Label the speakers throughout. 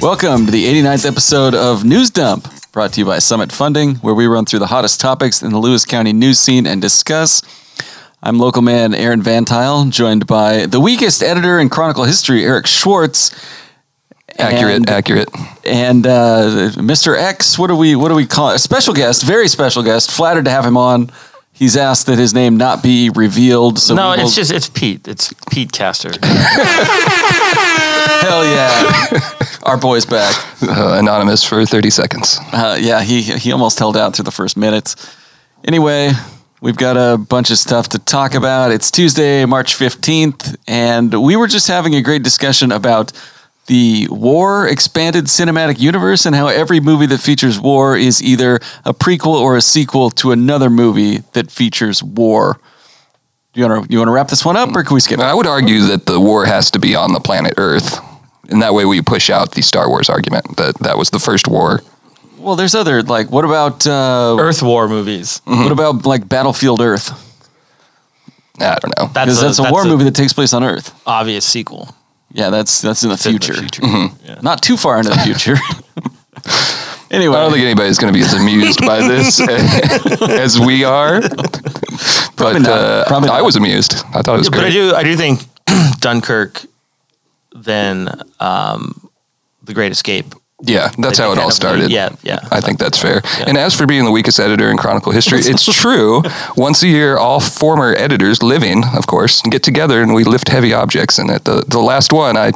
Speaker 1: Welcome to the 89th episode of News Dump, brought to you by Summit Funding, where we run through the hottest topics in the Lewis County news scene and discuss. I'm local man Aaron Van Tyle, joined by the weakest editor in Chronicle history, Eric Schwartz.
Speaker 2: Accurate,
Speaker 1: And-
Speaker 2: accurate.
Speaker 1: and uh, Mr. X. What do we what do we call it? a special guest? Very special guest. Flattered to have him on. He's asked that his name not be revealed. So
Speaker 3: No,
Speaker 1: we will-
Speaker 3: it's just it's Pete. It's Pete Caster.
Speaker 1: hell yeah, our boy's back.
Speaker 2: Uh, anonymous for 30 seconds.
Speaker 1: Uh, yeah, he he almost held out through the first minute. Anyway, we've got a bunch of stuff to talk about. It's Tuesday, March fifteenth, and we were just having a great discussion about the war expanded cinematic universe and how every movie that features war is either a prequel or a sequel to another movie that features war. You want to you want to wrap this one up, or can we skip? it?
Speaker 2: I would argue that the war has to be on the planet Earth. And that way we push out the Star Wars argument that that was the first war.
Speaker 1: Well, there's other like what about uh,
Speaker 3: Earth War movies.
Speaker 1: what about like Battlefield Earth?
Speaker 2: I don't know.
Speaker 1: Because that's, a war
Speaker 3: that's
Speaker 1: movie that takes place on Earth.
Speaker 3: Obvious sequel.
Speaker 1: Yeah, that's that's in the
Speaker 3: It's in the
Speaker 1: future.
Speaker 2: Mm-hmm.
Speaker 3: Yeah.
Speaker 1: Not too far into the future. anyway,
Speaker 2: I don't think anybody's going to be as amused by this as we are. But
Speaker 1: not.
Speaker 2: uh,
Speaker 1: Probably
Speaker 2: I
Speaker 1: not.
Speaker 2: was amused. I thought it was
Speaker 3: But I
Speaker 2: great.
Speaker 3: do I do think Dunkirk, then um, the Great Escape.
Speaker 2: Yeah, that's how it
Speaker 3: Kind
Speaker 2: all
Speaker 3: of-
Speaker 2: started.
Speaker 3: Yeah, yeah.
Speaker 2: I think that's fair. And as for being the weakest editor in Chronicle history, it's true. Once a year, all former editors, living, of course, get together and we lift heavy objects. And at the, the last one, I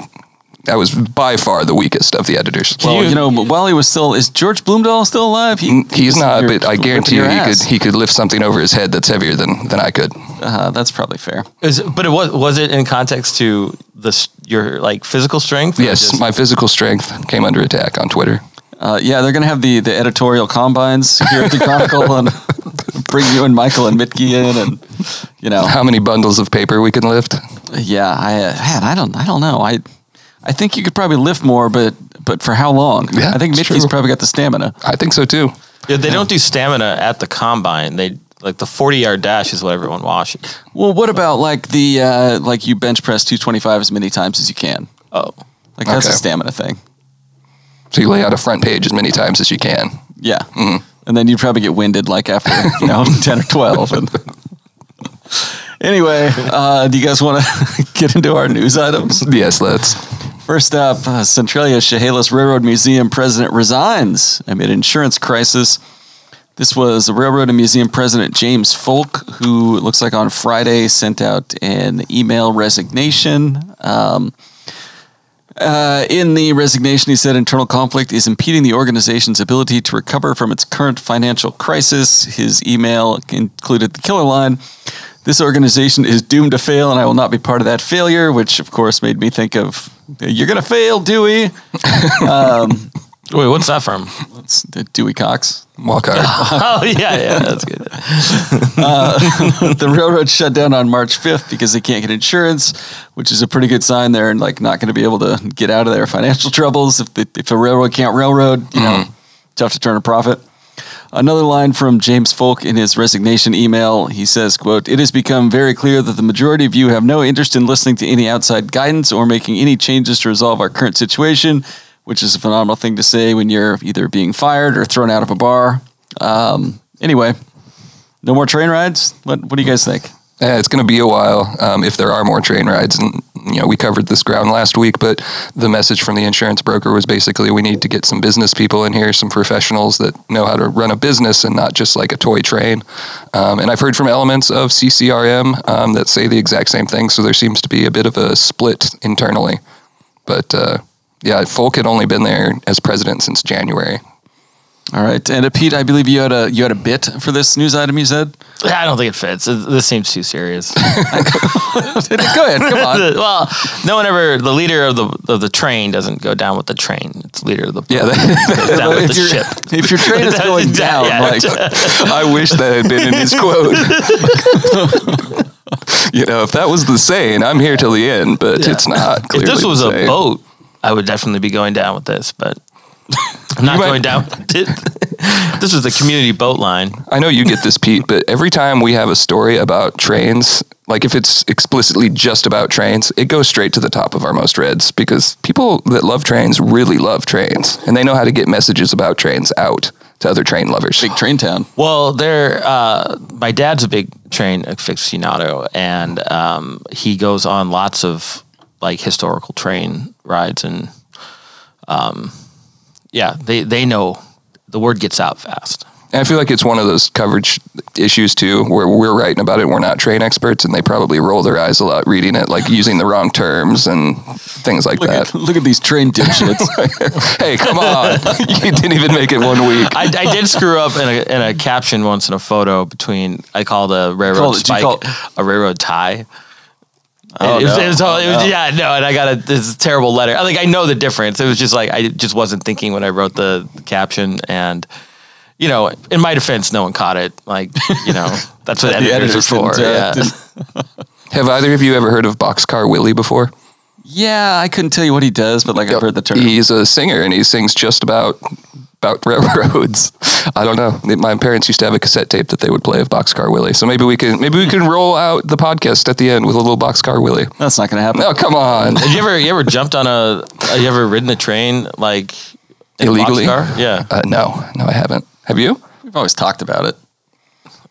Speaker 2: I was by far the weakest of the editors.
Speaker 1: well,
Speaker 3: you-
Speaker 1: you know, but while he was still is George Bloomdahl still alive? He,
Speaker 2: He's not, but I
Speaker 1: whipping
Speaker 2: guarantee you,
Speaker 1: your
Speaker 2: he
Speaker 1: ass.
Speaker 2: could he could lift something over his head that's heavier than than I could.
Speaker 1: Uh, that's probably fair.
Speaker 3: Is, but it was was it in context to this your like physical strength? or
Speaker 2: Yes,
Speaker 3: just-
Speaker 2: my physical strength came under attack on Twitter.
Speaker 1: Uh, yeah, they're gonna have the the editorial combines here at the Chronicle and bring you and Michael and Mitke in, and you know,
Speaker 2: How many bundles of paper we can lift?
Speaker 1: yeah, I uh, man, I don't I don't know. I I think you could probably lift more, but but for how long?
Speaker 2: Yeah,
Speaker 1: I think
Speaker 2: it's
Speaker 1: Mitke's
Speaker 2: true.
Speaker 1: probably got the stamina.
Speaker 2: I think so too.
Speaker 3: Yeah, they don't do stamina at the combine. They like the forty yard dash is what everyone watches.
Speaker 1: Well, what about like the uh, like you bench press 225 as many times as you can?
Speaker 3: Oh,
Speaker 1: Like that's a
Speaker 2: Okay.
Speaker 1: stamina thing.
Speaker 2: So you lay out a front page as many times as you can.
Speaker 1: Yeah. And then you'd probably get winded like after, you know, 10 or 12. And anyway, uh, do you guys want to get into our news items?
Speaker 2: Yes, let's.
Speaker 1: First up, uh, Centralia Chehalis Railroad Museum president resigns amid insurance crisis. This was Railroad and Museum President James Folk, who it looks like on Friday sent out an email resignation. Um, uh, in the resignation, he said internal conflict is impeding the organization's ability to recover from its current financial crisis. His email included the killer line This organization is doomed to fail, and I will not be part of that failure, which of course made me think of You're going to fail, Dewey.
Speaker 3: wait, what's that from?
Speaker 1: It's Dewey Cox.
Speaker 2: Walker.
Speaker 3: oh yeah, yeah, that's good.
Speaker 1: the railroad shut down on March 5th because they can't get insurance, which is a pretty good sign. They're like not going to be able to get out of their financial troubles if, the, if a railroad can't railroad. You know, tough to turn a profit. Another line from James Folk in his resignation email. He says, quote, It has become very clear that the majority of you have no interest in listening to any outside guidance or making any changes to resolve our current situation, which is a phenomenal thing to say when you're either being fired or thrown out of a bar. Um, anyway, no more train rides? What, what do you guys think?
Speaker 2: Eh, it's going to be a while um, if there are more train rides. And, you know, we covered this ground last week, but the message from the insurance broker was basically we need to get some business people in here, some professionals that know how to run a business and not just like a toy train. Um, and I've heard from elements of CCRM um, that say the exact same thing. So there seems to be a bit of a split internally. But uh, yeah, Folk had only been there as president since January.
Speaker 1: All right, and uh, Pete, I believe you had a you had a bit for this news item. You said,
Speaker 3: I don't think it fits. This seems too serious.
Speaker 1: "Go ahead, come on."
Speaker 3: well, no one ever. The leader of the of the train doesn't go down with the train. It's leader of the
Speaker 2: Yeah, that,
Speaker 3: goes down with the
Speaker 1: if, your,
Speaker 3: ship.
Speaker 1: if your train is going down,
Speaker 3: Yeah.
Speaker 1: like
Speaker 2: I wish that had been in his quote. you know, if that was the saying, I'm here till the end, but it's not.
Speaker 3: If
Speaker 2: Clearly
Speaker 3: this
Speaker 2: the
Speaker 3: was a
Speaker 2: saying.
Speaker 3: boat, I would definitely be going down with this, but I'm not
Speaker 2: might-
Speaker 3: going down. With it. this was the community boat line.
Speaker 2: I know you get this, Pete, but every time we have a story about trains, like if it's explicitly just about trains, it goes straight to the top of our most reads because people that love trains really love trains and they know how to get messages about trains out to other train lovers.
Speaker 1: Big train town.
Speaker 3: Well, there, uh, my dad's a big train aficionado, and um, he goes on lots of like historical train rides, and um, yeah, they they know the word gets out fast.
Speaker 2: And I feel like it's one of those coverage issues too, where we're writing about it, we're not train experts, and they probably roll their eyes a lot reading it, like using the wrong terms and things like
Speaker 1: Look
Speaker 2: that.
Speaker 1: at, look at these train dipshits.
Speaker 2: hey, come on! you didn't even make it one week.
Speaker 3: I, I did screw up in a, in a caption once in a photo between I called a railroad
Speaker 1: Called it- you
Speaker 3: spike
Speaker 1: called-
Speaker 3: a railroad tie.
Speaker 1: Oh,
Speaker 3: it, was,
Speaker 1: no.
Speaker 3: it was all- it was-
Speaker 1: Oh, no.
Speaker 3: yeah no, and I got a this terrible letter. I like I know the difference. It was just like I just wasn't thinking when I wrote the caption, and you know, in my defense, no one caught it. Like you know, that's what
Speaker 1: The
Speaker 3: editors are
Speaker 1: editors
Speaker 3: for.
Speaker 1: didn't, uh,
Speaker 3: Yeah.
Speaker 1: didn't-
Speaker 2: Have either of you ever heard of Boxcar Willie before?
Speaker 1: yeah, I couldn't tell you what he does, but like I've heard the term.
Speaker 2: He's a singer and he sings just about about railroads. I don't know. My parents used to have a cassette tape that they would play of Boxcar Willie. So maybe we can maybe we can roll out the podcast at the end with a little Boxcar Willie.
Speaker 1: That's not going to happen.
Speaker 2: Oh come on!
Speaker 3: Have you ever you ever jumped on a? Have you ever ridden a train like in a
Speaker 2: Illegally?
Speaker 3: boxcar? Yeah.
Speaker 2: Uh, no, no, I haven't. Have you?
Speaker 1: We've always talked about it.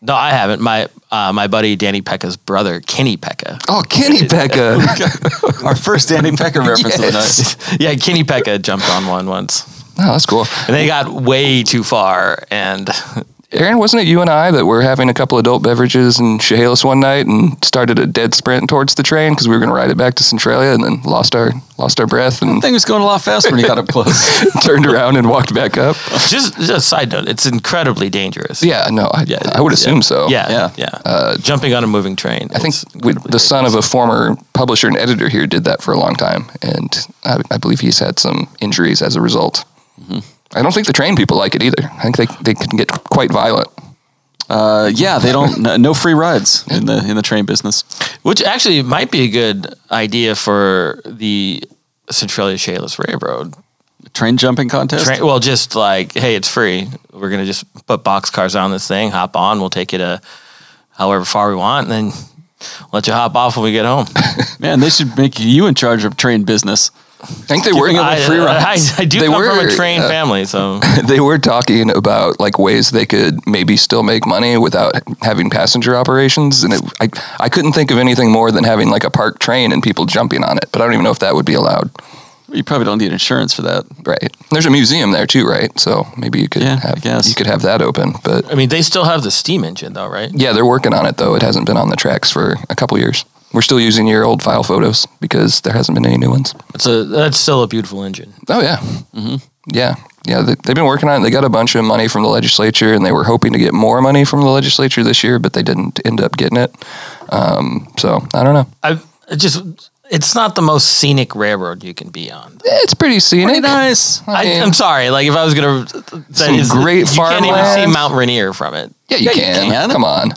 Speaker 3: No, I haven't. My uh, my buddy Danny Pekka's brother, Kenny Pekka.
Speaker 2: Oh, Kenny Becca.
Speaker 1: Our first Danny Pecker reference of the night.
Speaker 3: yeah, Kenny Pekka jumped on one once,
Speaker 2: No, that's cool.
Speaker 3: and they got way too far. And
Speaker 2: Aaron, wasn't it you and I that were having a couple adult beverages in Chehalis one night and started a dead sprint towards the train because we were going to ride it back to Centralia and then lost our lost our breath and
Speaker 1: Thing was going a lot faster when he got up close.
Speaker 2: turned around and walked back up.
Speaker 3: just just a side note, it's incredibly dangerous.
Speaker 2: Yeah, no, I,
Speaker 3: Yeah,
Speaker 2: I would
Speaker 3: yeah.
Speaker 2: assume so.
Speaker 3: yeah,
Speaker 1: Yeah.
Speaker 3: yeah. Jumping on a moving train.
Speaker 2: I think we, the son of a former publisher and editor here did that for a long time, and I, I believe he's had some injuries as a result.
Speaker 3: Mm-hmm.
Speaker 2: I don't think the train people like it either. I think they, they can get quite violent.
Speaker 1: Uh, yeah, they don't. No, no free rides in the in the train business.
Speaker 3: which actually might be a good idea for the Centralia Shayless Railroad.
Speaker 1: Train jumping contest.
Speaker 3: Train, well, just like hey, it's free. We're gonna just put boxcars on this thing, hop on. We'll take you to however far we want, and then let you hop off when we get home.
Speaker 1: Man, they should make you in charge of train business.
Speaker 2: I think they were
Speaker 3: I,
Speaker 1: free rides.
Speaker 3: I, I do
Speaker 2: They
Speaker 3: come from
Speaker 2: were,
Speaker 3: a train
Speaker 2: uh,
Speaker 3: family, so
Speaker 2: they were talking about like ways they could maybe still make money without having passenger operations, and it, I I couldn't think of anything more than having like a parked train and people jumping on it. But I don't even know if that would be allowed.
Speaker 1: You probably don't need insurance for that.
Speaker 2: Right. There's a museum there too, right? So maybe you could
Speaker 1: Yeah,
Speaker 2: have
Speaker 1: I guess.
Speaker 2: you could have that open. But
Speaker 3: I mean, they still have the steam engine, though, right?
Speaker 2: yeah, they're working on it though. It hasn't been on the tracks for a couple years. We're still using your old file photos because there hasn't been any new ones.
Speaker 3: It's a that's still a beautiful engine.
Speaker 2: Oh yeah, mm-hmm. yeah, yeah. They, they've been working on it. They got a bunch of money from the legislature, and they were hoping to get more money from the legislature this year, but they didn't end up getting it. Um, so I don't know.
Speaker 3: I it just it's not the most scenic railroad you can be on.
Speaker 2: Eh, It's pretty
Speaker 1: Pretty
Speaker 2: scenic.
Speaker 1: nice.
Speaker 3: I,
Speaker 2: mean,
Speaker 3: I'm sorry, like if I was gonna, that
Speaker 2: Some great
Speaker 3: you can't even
Speaker 2: farmland.
Speaker 3: see Mount Rainier from it.
Speaker 2: Yeah,
Speaker 1: Yeah,
Speaker 2: you,
Speaker 1: you
Speaker 2: can.
Speaker 1: can.
Speaker 2: Come on,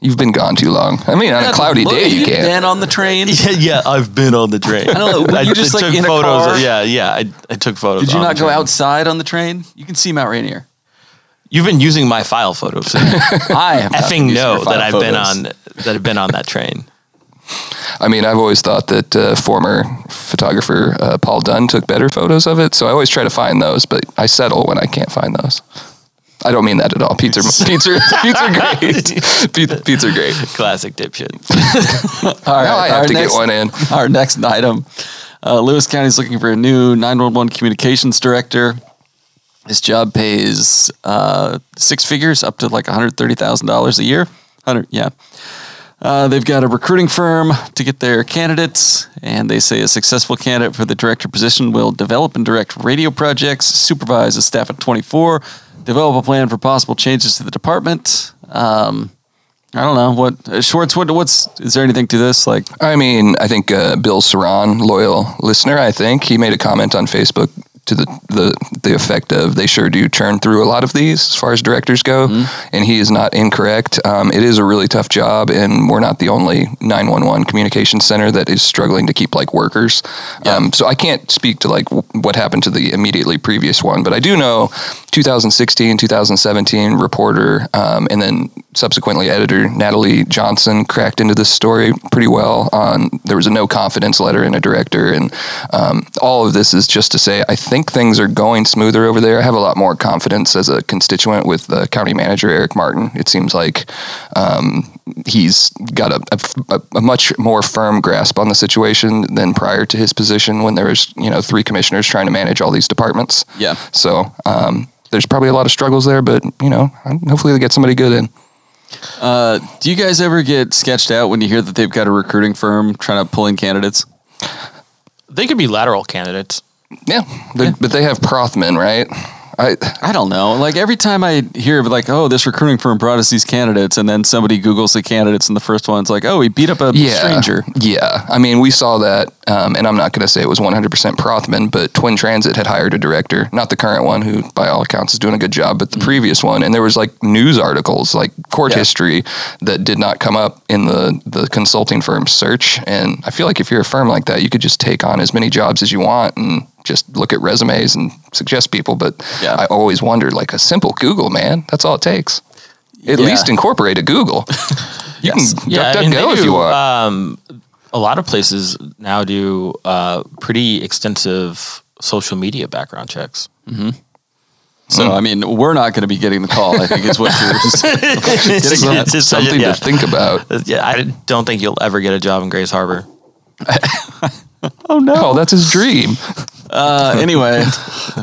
Speaker 2: you've been gone too long. I mean, on a cloudy
Speaker 1: Look,
Speaker 2: day, you
Speaker 1: you've
Speaker 2: can.
Speaker 1: been on the train.
Speaker 3: Yeah, yeah, I've been on the train. I
Speaker 1: don't know, were you just, like, in a
Speaker 3: photos.
Speaker 1: car?
Speaker 3: Of, yeah, yeah, I, I took photos.
Speaker 1: Did you
Speaker 3: on
Speaker 1: not
Speaker 3: the
Speaker 1: go
Speaker 3: train.
Speaker 1: outside on the train? You can see Mount Rainier.
Speaker 3: You've been using my file photos.
Speaker 1: I have not
Speaker 3: Effing
Speaker 1: used
Speaker 3: know
Speaker 1: your file
Speaker 3: that I've been
Speaker 1: photos.
Speaker 3: on that I've been on that train.
Speaker 2: I mean, I've always thought that uh, former photographer uh, Paul Dunn took better photos of it, so I always try to find those, but I settle when I can't find those. I don't mean that at all. Pizza, pizza, pizza, great. Pizza, great.
Speaker 3: Classic dipshit.
Speaker 1: All right,
Speaker 2: Now I have
Speaker 1: our
Speaker 2: to
Speaker 1: next-
Speaker 2: get one in.
Speaker 1: Our next item uh, Lewis County is looking for a new 911 communications director. This job pays uh, six figures, up to like $130,000 a year. 100, yeah. Uh, they've got a recruiting firm to get their candidates, and they say a successful candidate for the director position will develop and direct radio projects, supervise a staff of 24, develop a plan for possible changes to the department. Um, I don't know what uh, Schwartz. What what's is there anything to this? Like
Speaker 2: I mean, I think uh, Bill Saran, loyal listener, I think he made a comment on Facebook to the, the the effect of they sure do churn through a lot of these as far as directors go, and he is not incorrect. Um, it is a really tough job, and we're not the only 911 communication center that is struggling to keep like workers. Um, so I can't speak to like w- what happened to the immediately previous one, but I do know 2016, 2017 reporter, um, and then subsequently editor Natalie Johnson cracked into this story pretty well. On there was a no confidence letter in a director, and um, all of this is just to say I think things are going smoother over there. I have a lot more confidence as a constituent with the county manager Eric Martin. It seems like um, he's got a, a- a, a much more firm grasp on the situation than prior to his position when there was you know three commissioners trying to manage all these departments.
Speaker 1: Yeah.
Speaker 2: So um, there's probably a lot of struggles there, but you know, hopefully they get somebody good in.
Speaker 1: Do you guys ever get sketched out when you hear that they've got a recruiting firm trying to pull in candidates?
Speaker 3: They could be lateral candidates.
Speaker 2: Yeah, they- but they have Prothman, right? I
Speaker 1: I don't know. Like every time I hear like, oh, this recruiting firm brought us these candidates, and then somebody Googles the candidates, and the first one's like, oh, he beat up a
Speaker 2: yeah,
Speaker 1: stranger.
Speaker 2: Yeah, I mean, we saw that, um, and I'm not going to say it was 100% Prothman, but Twin Transit had hired a director, not the current one, who by all accounts is doing a good job, but the previous one, and there was like news articles, like court
Speaker 1: Mm-hmm. Yeah.
Speaker 2: history, that did not come up in the the consulting firm search. And I feel like if you're a firm like that, you could just take on as many jobs as you want and just look at resumes and suggest people. But
Speaker 1: Yeah.
Speaker 2: I always wondered, like a simple Google, man, that's all it takes. At
Speaker 1: Yeah.
Speaker 2: least incorporate a Google. You
Speaker 1: Yes.
Speaker 2: can duck, duck, go
Speaker 3: they
Speaker 2: if
Speaker 3: do,
Speaker 2: you want.
Speaker 3: Um, a lot of places now do uh, pretty extensive social media background checks.
Speaker 1: So
Speaker 2: Mm.
Speaker 1: I mean, we're not going to be getting the call. I think is what you're. saying.
Speaker 3: It's- it's- it's-
Speaker 2: something
Speaker 3: yeah.
Speaker 2: to think about.
Speaker 3: Yeah, I don't think you'll ever get a job in Grays Harbor.
Speaker 1: oh no.
Speaker 2: Oh, that's his dream.
Speaker 1: Uh, anyway,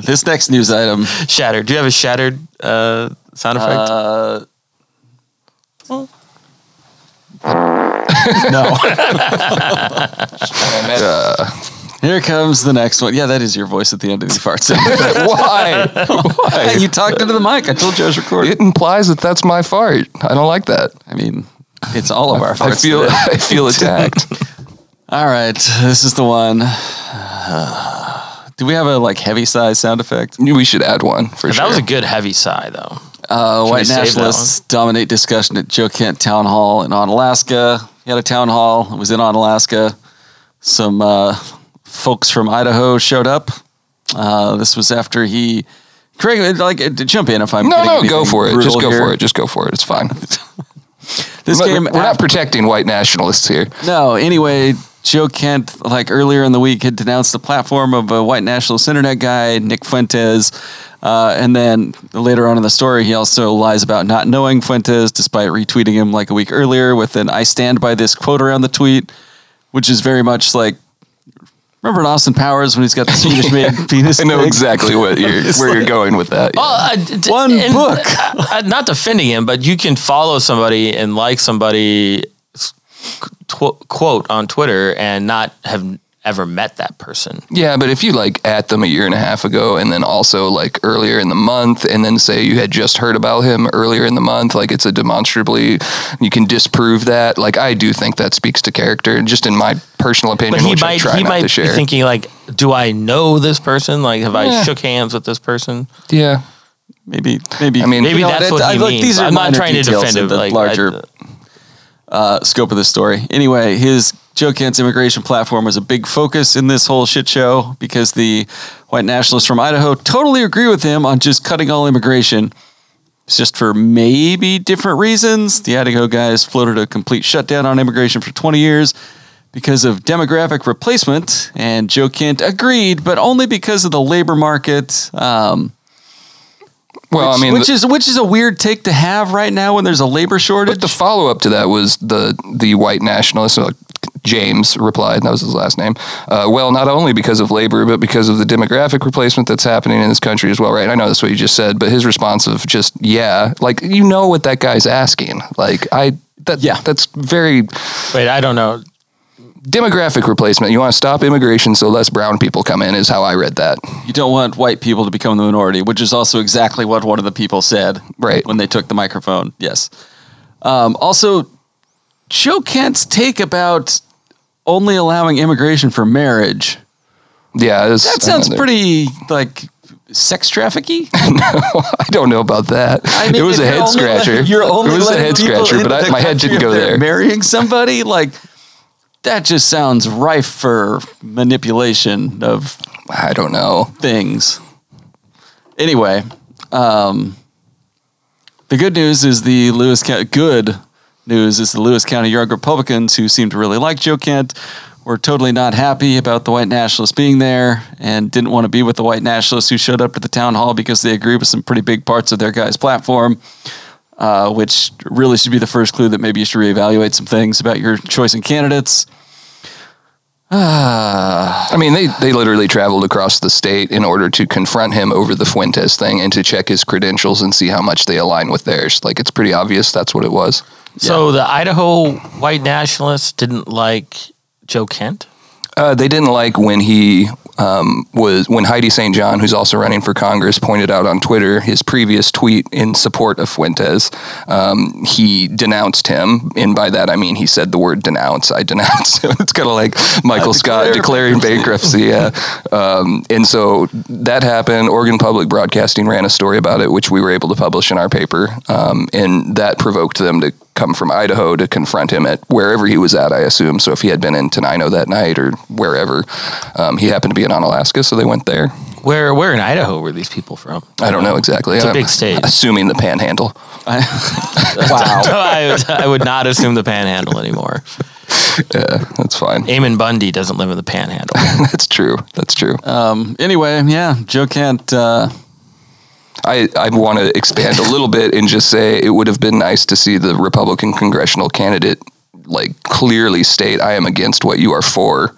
Speaker 1: this next news item.
Speaker 3: Shattered. Do you have a shattered uh, sound effect?
Speaker 1: No.
Speaker 2: Uh,
Speaker 1: Here comes the next one. Yeah, that is your voice at the end of the farts.
Speaker 2: why?
Speaker 1: Hey, you talked into the mic. I told you I was recording.
Speaker 2: It implies that that's my fart. I don't like that.
Speaker 1: I mean, it's all of our farts.
Speaker 2: I feel
Speaker 1: today.
Speaker 2: I feel attacked.
Speaker 1: All right, this is the one. do we have a like heavy size sound effect?
Speaker 2: we should add one for
Speaker 3: that
Speaker 2: sure.
Speaker 3: was a good heavy sigh, though.
Speaker 1: Uh,
Speaker 3: we
Speaker 1: white
Speaker 3: save that
Speaker 1: nationalists dominate discussion at Joe Kent Town Hall in On Alaska. He had a town hall. It was in On Alaska. Some uh, folks from Idaho showed up. Uh, this was after he. Craig, like, uh, jump in if I'm.
Speaker 2: no,
Speaker 1: getting
Speaker 2: no, go
Speaker 1: anything
Speaker 2: for it. Just
Speaker 1: brutal
Speaker 2: go
Speaker 1: here.
Speaker 2: for it. Just go for it. It's fine.
Speaker 1: This
Speaker 2: We're
Speaker 1: game,
Speaker 2: not- we're not protecting white nationalists here.
Speaker 1: No, anyway, Joe Kent, like earlier in the week, had denounced the platform of a white nationalist internet guy, Nick Fuentes. Uh, and then later on in the story, he also lies about not knowing Fuentes, despite retweeting him like a week earlier with an I stand by this quote around the tweet, which is very much like. Remember in Austin Powers when he's got the Swedish made penis?
Speaker 2: I know
Speaker 1: thing?
Speaker 2: exactly what you're, where you're going with that. yeah.
Speaker 3: Well, I- d- d-
Speaker 1: One
Speaker 3: and- uh,
Speaker 1: book.
Speaker 3: I- I'm not defending him, but you can follow somebody and like somebody tw- quote on Twitter and not have ever met that person.
Speaker 2: Yeah, but if you like at them a year and a half ago and then also like earlier in the month and then say you had just heard about him earlier in the month, like it's a demonstrably you can disprove that. Like I do think that speaks to character and just in my personal
Speaker 3: But
Speaker 2: opinion,
Speaker 3: he
Speaker 2: which I
Speaker 3: might
Speaker 2: try
Speaker 3: he
Speaker 2: not
Speaker 3: might
Speaker 2: to
Speaker 3: be
Speaker 2: share.
Speaker 3: thinking like, do I know this person? Like, have I
Speaker 2: Yeah.
Speaker 3: shook hands with this person?
Speaker 2: yeah.
Speaker 1: Maybe, maybe.
Speaker 2: I mean-
Speaker 3: Maybe
Speaker 2: You
Speaker 1: know,
Speaker 3: that's
Speaker 1: that-
Speaker 3: what
Speaker 1: I-
Speaker 3: he
Speaker 1: look,
Speaker 3: means.
Speaker 1: these are
Speaker 3: I'm not
Speaker 1: minor
Speaker 3: trying to
Speaker 1: details
Speaker 3: defend
Speaker 1: in
Speaker 3: him.
Speaker 1: the
Speaker 3: Like,
Speaker 1: larger- uh, scope of the story. Anyway, his Joe Kent's immigration platform was a big focus in this whole shit show because the white nationalists from Idaho totally agree with him on just cutting all immigration. It's just for maybe different reasons. The Idaho guys floated a complete shutdown on immigration for 20 years because of demographic replacement, and Joe Kent agreed, but only because of the labor market. Um,
Speaker 2: Well, I mean
Speaker 1: which
Speaker 2: the-
Speaker 1: is which is a weird take to have right now when there's a labor shortage.
Speaker 2: But the follow up to that was the the white nationalist. Uh, James replied, that was his last name. Uh, well, not only because of labor, but because of the demographic replacement that's happening in this country as well, right? I know that's what you just said, but his response of just yeah, like you know what that guy's asking. Like I, that,
Speaker 1: Yeah.
Speaker 2: that's very
Speaker 3: Wait, I don't know.
Speaker 2: demographic replacement. You want to stop immigration so less brown people come in is how I read that.
Speaker 1: you don't want white people to become the minority, which is also exactly what one of the people said
Speaker 2: Right.
Speaker 1: when they took the microphone. Yes. Um, also, Joe Kent's take about only allowing immigration for marriage.
Speaker 2: Yeah, it's-
Speaker 1: That sounds
Speaker 2: I-
Speaker 1: pretty like sex trafficking.
Speaker 2: I don't know about that. it was a head scratcher.
Speaker 1: You're only
Speaker 2: it was a
Speaker 1: letting
Speaker 2: head
Speaker 1: people
Speaker 2: scratcher, but
Speaker 1: into
Speaker 2: I,
Speaker 1: the
Speaker 2: my head
Speaker 1: country
Speaker 2: didn't
Speaker 1: if
Speaker 2: go
Speaker 1: they're
Speaker 2: there.
Speaker 1: Marrying somebody like that just sounds rife for manipulation of
Speaker 2: I don't know.
Speaker 1: things. Anyway, um, The good news is the Lewis County, good news is the Lewis County Yard Republicans, who seem to really like Joe Kent, were totally not happy about the white nationalists being there and didn't want to be with the white nationalists who showed up to the town hall because they agreed with some pretty big parts of their guy's platform. Uh, which really should be the first clue that maybe you should reevaluate some things about your choice in candidates.
Speaker 2: I mean, they, they literally traveled across the state in order to confront him over the Fuentes thing and to check his credentials and see how much they align with theirs. Like, it's pretty obvious that's what it was.
Speaker 3: So the Idaho white nationalists didn't like Joe Kent.
Speaker 2: Uh, they didn't like when he um, was when Heidi St. John, who's also running for Congress, pointed out on Twitter his previous tweet in support of Fuentes. Um, he denounced him, and by that I mean he said the word denounce. I denounce. him. it's kind of like Michael Scott declaring bankruptcy. Yeah. Um, and so that happened. Oregon Public Broadcasting ran a story about it, which we were able to publish in our paper, um, and that provoked them to come from Idaho to confront him at wherever he was at, I assume. So if he had been in Tenino that night or wherever, um, he happened to be in Onalaska, so they went there.
Speaker 3: Where where in Idaho were these people from?
Speaker 2: I don't know exactly.
Speaker 3: It's a
Speaker 2: I'm
Speaker 3: big state.
Speaker 2: Assuming the Panhandle.
Speaker 1: Wow.
Speaker 3: I, would- I would not assume the Panhandle anymore.
Speaker 2: That's fine.
Speaker 3: Eamon Bundy doesn't live in the Panhandle.
Speaker 2: That's true. That's true.
Speaker 1: anyway, yeah, Joe Kent. Uh,
Speaker 2: I, I want to expand a little bit and just say it would have been nice to see the Republican congressional candidate like clearly state, I am against what you are for.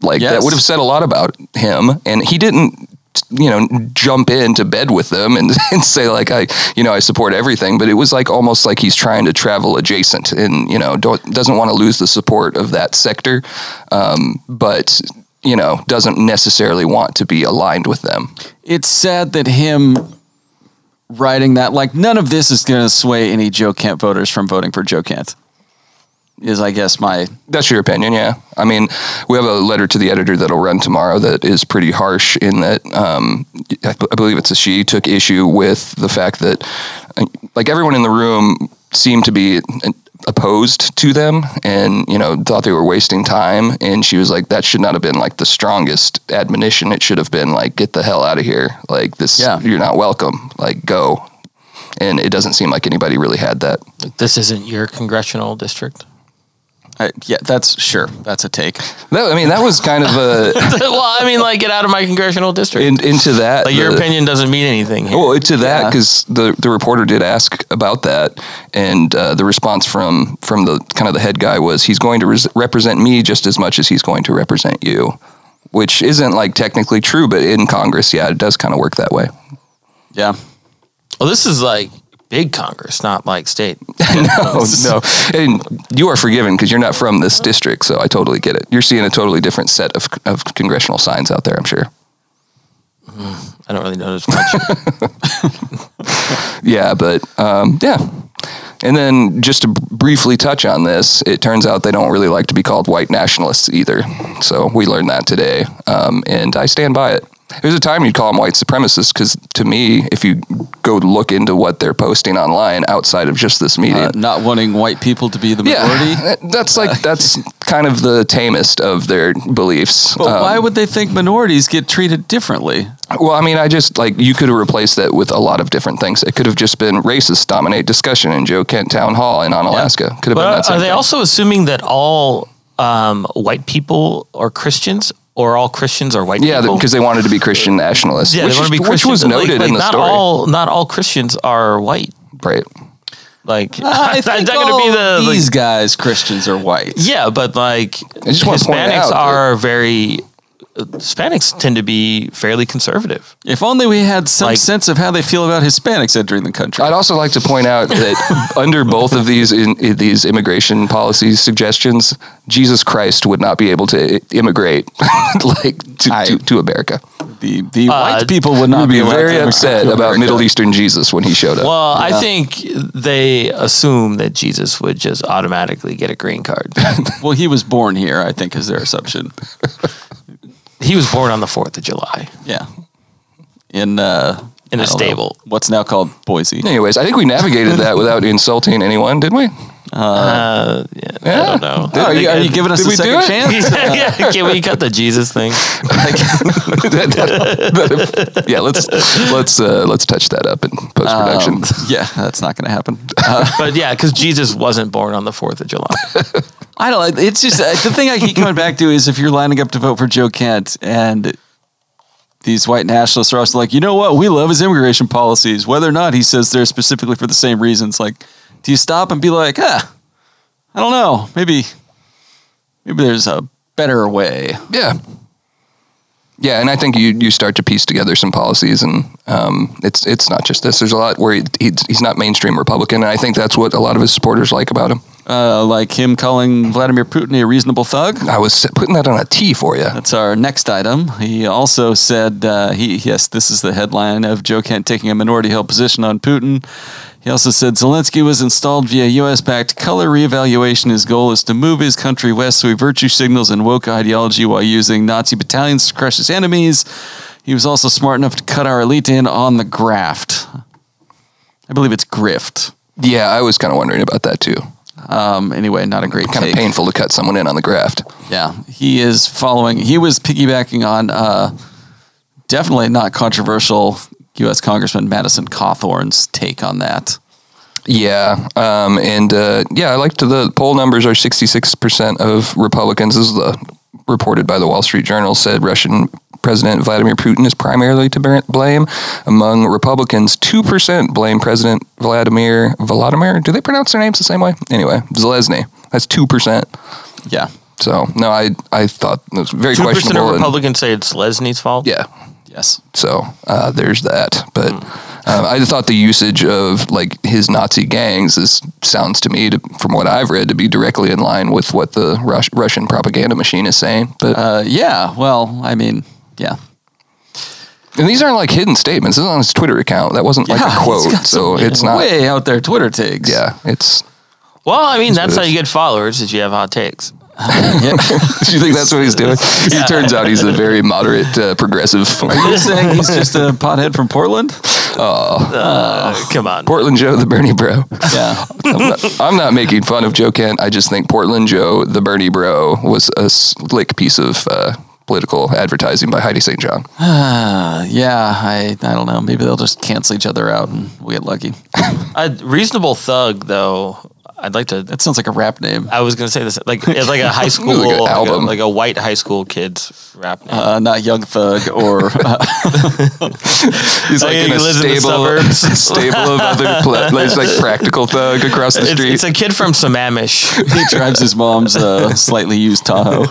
Speaker 2: Like that
Speaker 1: Yes.
Speaker 2: would have said a lot about him. And he didn't, you know, jump into bed with them and, and say like, I, you know, I support everything. But it was like almost like he's trying to travel adjacent and, you know, don't, doesn't want to lose the support of that sector. Um, but, you know, doesn't necessarily want to be aligned with them.
Speaker 1: it's sad that him writing that like none of this is going to sway any Joe Kent voters from voting for Joe Kent. Is I guess my
Speaker 2: That's your opinion, yeah. I mean, we have a letter to the editor that'll run tomorrow that is pretty harsh in that um, I, I believe it's a she took issue with the fact that uh, like everyone in the room seemed to be uh, opposed to them and you know thought they were wasting time and she was like that should not have been like the strongest admonition it should have been like get the hell out of here like this
Speaker 1: Yeah.
Speaker 2: you're not welcome like go and it doesn't seem like anybody really had that
Speaker 3: this isn't your congressional district.
Speaker 1: I, yeah that's sure that's a take.
Speaker 2: that i mean that was kind of a
Speaker 3: well, I mean, like, get out of my congressional district.
Speaker 2: in, into that
Speaker 3: like, your
Speaker 2: the-
Speaker 3: opinion doesn't mean anything. Here.
Speaker 2: Well, to that,
Speaker 1: Yeah.
Speaker 2: because the, the reporter did ask about that, and uh, the response from from the kind of the head guy was he's going to res- represent me just as much as he's going to represent you, which isn't like technically true, but in Congress, yeah, it does kind of work that way.
Speaker 1: Yeah,
Speaker 3: Well, this is like big Congress, not like state.
Speaker 2: Oh no, and you are forgiven because you're not from this district, so I totally get it. You're seeing a totally different set of of congressional signs out there, I'm sure.
Speaker 3: I don't really notice much.
Speaker 2: Yeah, but um, yeah. And then just to b- briefly touch on this, it turns out they don't really like to be called white nationalists either. So we learned that today, um, and I stand by it. There's a time you'd call them white supremacists because to me, if you go look into what they're posting online outside of just this meeting,
Speaker 1: uh, not wanting white people to be the majority.
Speaker 2: yeah, that's
Speaker 1: Uh,
Speaker 2: like that's kind of the tamest of their beliefs.
Speaker 1: But
Speaker 2: Um,
Speaker 1: why would they think minorities get treated differently?
Speaker 2: Well, I mean, I just like you could have replaced that with a lot of different things. It could have just been racist dominate discussion in Joe Kent Town Hall in Onalaska. Could have been that
Speaker 3: but
Speaker 2: same
Speaker 3: are uh, they
Speaker 2: thing.
Speaker 3: also assuming that all um, white people are Christians or all Christians are white
Speaker 2: yeah,
Speaker 3: people?
Speaker 2: because they wanted to be Christian nationalists,
Speaker 3: yeah,
Speaker 2: which,
Speaker 3: they want to
Speaker 2: is-
Speaker 3: be
Speaker 2: which
Speaker 3: Christians.
Speaker 2: was
Speaker 3: Like-
Speaker 2: noted
Speaker 3: like,
Speaker 2: in the
Speaker 3: not
Speaker 2: story.
Speaker 3: All, not all Christians are white.
Speaker 2: right.
Speaker 3: Like,
Speaker 1: I
Speaker 3: is that
Speaker 1: think
Speaker 3: going to be the, the
Speaker 1: these guys Christians are white.
Speaker 3: Yeah, but like
Speaker 2: just wanna point out
Speaker 3: Hispanics
Speaker 2: that-
Speaker 3: are very Hispanics tend to be fairly conservative.
Speaker 1: If only we had some
Speaker 3: Like- Uh,
Speaker 1: sense of how they feel about Hispanics entering the country.
Speaker 2: I'd also like to point out that under both of these in, in these immigration policy suggestions, Jesus Christ would not be able to i- immigrate like to,
Speaker 1: I-
Speaker 2: to, to America.
Speaker 1: the the
Speaker 3: Uh,
Speaker 1: white people would not
Speaker 2: I'd be
Speaker 1: allowed to
Speaker 2: very
Speaker 1: immigrate
Speaker 2: upset
Speaker 1: to
Speaker 2: about
Speaker 1: America.
Speaker 2: Middle
Speaker 3: E
Speaker 2: Eastern Jesus when he showed up.
Speaker 3: Well, I think they assume that Jesus would just automatically get a green card.
Speaker 1: Well, he was born here, I think, is their assumption.
Speaker 3: he was born on the Fourth of July.
Speaker 1: Yeah, in uh,
Speaker 3: In a
Speaker 1: I don't know,
Speaker 3: stable.
Speaker 1: what's now called Boise.
Speaker 2: Anyways, I think we navigated that without insulting anyone, didn't we?
Speaker 3: Uh, yeah, I don't know.
Speaker 1: Oh, are, you, are you
Speaker 3: Did-
Speaker 1: giving us
Speaker 2: Did
Speaker 1: a
Speaker 2: we do
Speaker 1: second
Speaker 2: it?
Speaker 1: chance?
Speaker 3: yeah, can we cut the Jesus thing?
Speaker 2: That- that- that- yeah, let's let's uh, let's touch that up in post production.
Speaker 1: Um, yeah, that's not going to happen. Uh,
Speaker 3: But yeah, because Jesus wasn't born on the Fourth of July.
Speaker 1: I don't. It's just uh, the thing I keep coming back to is if you're lining up to vote for Joe Kent and these white nationalists are also like, you know what, we love his immigration policies, whether or not he says they're specifically for the same reasons. Like, do you stop and be like, ah, I don't know, maybe, maybe there's a better way.
Speaker 2: yeah, yeah, and I think you you start to piece together some policies, and um, it's it's not just this. There's a lot where he, he's he's not mainstream Republican, and I think that's what a lot of his supporters like about him.
Speaker 1: Uh, like him calling Vladimir Putin a reasonable thug.
Speaker 2: I was putting that on a T for you.
Speaker 1: That's our next item. He also said, uh, he yes, this is the headline of Joe Kent taking a minority held position on Putin. He also said Zelensky was installed via U.S. backed color reevaluation. His goal is to move his country west so he virtue signals and woke ideology while using Nazi battalions to crush his enemies. He was also smart enough to cut our elite in on the graft. I believe it's grift.
Speaker 2: Yeah, I was kind of wondering about that too.
Speaker 1: Um, anyway, not a great
Speaker 2: Kind of
Speaker 1: take.
Speaker 2: painful to cut someone in on the graft.
Speaker 1: Yeah, he is following. He was piggybacking on uh, definitely not controversial U.S. Congressman Madison Cawthorn's take on that.
Speaker 2: Yeah, um, and uh, yeah, I liked the poll numbers are 66% of Republicans. This is the reported by the Wall Street Journal said Russian President Vladimir Putin is primarily to bar- blame. Among Republicans, 2% blame President Vladimir Vladimir. Do they pronounce their names the same way? Anyway, Zelensky. That's 2%.
Speaker 1: Yeah,
Speaker 2: So, no, I I thought it was very
Speaker 3: Two percent
Speaker 2: questionable.
Speaker 3: of
Speaker 2: and-
Speaker 3: Republicans say it's Lesney's fault.
Speaker 2: yeah,
Speaker 1: yes,
Speaker 2: so uh, there's that. But
Speaker 1: Hmm.
Speaker 2: um, I thought the usage of like his Nazi gangs is sounds to me, to, from what I've read, to be directly in line with what the Rus- Russian propaganda machine is saying. But
Speaker 1: uh, yeah. Well, I mean, yeah,
Speaker 2: and these aren't like hidden statements. This is on his Twitter account. That wasn't like
Speaker 1: Yeah,
Speaker 2: a
Speaker 1: he's
Speaker 2: quote,
Speaker 1: got
Speaker 2: so
Speaker 1: some
Speaker 2: it's not.
Speaker 1: way out there. Twitter takes.
Speaker 2: Yeah, it's.
Speaker 3: Well, I mean, that's
Speaker 2: what
Speaker 3: how
Speaker 2: it
Speaker 3: you get followers is you have hot takes.
Speaker 1: Yeah.
Speaker 2: Do you think that's what he's doing? It turns out he's a very moderate uh, progressive.
Speaker 1: You're saying he's just a pothead from Portland?
Speaker 3: Uh, come on.
Speaker 2: Portland Joe, the Bernie bro.
Speaker 1: Yeah,
Speaker 2: I'm not, I'm not making fun of Joe Kent. I just think Portland Joe, the Bernie bro, was a slick piece of uh, political advertising by Heidi St. John.
Speaker 1: uh, yeah. I, I don't know. Maybe they'll just cancel each other out and we'll get lucky.
Speaker 3: A reasonable thug, though. I'd like to.
Speaker 1: That sounds like a rap name.
Speaker 3: I was gonna say this like it's like a high school
Speaker 2: Like an
Speaker 3: like a-
Speaker 2: album.
Speaker 3: like a white high school kids rap name.
Speaker 1: Uh, not Young Thug or uh,
Speaker 2: He's
Speaker 3: Oh,
Speaker 2: like
Speaker 3: yeah,
Speaker 2: in
Speaker 3: he
Speaker 2: a
Speaker 3: lives in the
Speaker 2: stable,
Speaker 3: suburbs.
Speaker 2: stable of other, pla- he's like practical thug across the
Speaker 3: it's,
Speaker 2: street.
Speaker 3: it's a kid from Sammamish.
Speaker 1: he drives his mom's uh, slightly used Tahoe.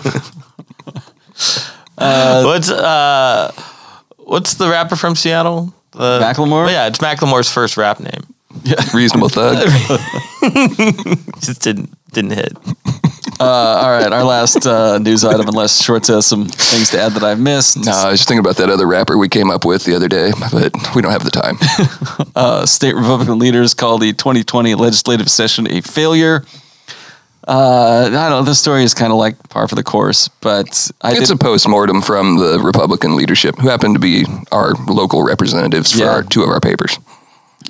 Speaker 3: what's uh, what's the rapper from Seattle? The,
Speaker 2: Uh,
Speaker 1: Macklemore?
Speaker 3: Yeah, it's Macklemore's first rap name.
Speaker 2: Reasonable thug.
Speaker 3: Just didn't didn't hit.
Speaker 1: All right, our last uh, news item, unless Schwartz has some things to add that I've missed.
Speaker 2: No, I was just thinking about that other rapper we came up with the other day, but we don't have the time.
Speaker 1: Uh, state Republican leaders call the 2020 legislative session a failure. Uh, I don't know. This story is kind of like par for the course, but I
Speaker 2: It's
Speaker 1: did,
Speaker 2: a postmortem from the Republican leadership, who happened to be our local representatives for
Speaker 1: Yeah.
Speaker 2: our, two of our papers.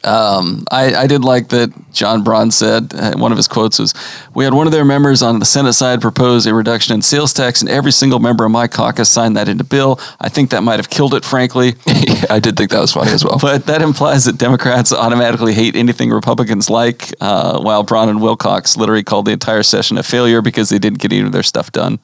Speaker 1: I, I did like that John Braun said, uh, one of his quotes was, We had one of their members on the Senate side propose a reduction in sales tax, and every single member of my caucus signed that into bill. I think that might have killed it, frankly.
Speaker 2: I did think that was funny as well.
Speaker 1: But that implies that Democrats automatically hate anything Republicans like, uh, while Braun and Wilcox literally called the entire session a failure because they didn't get any of their stuff done.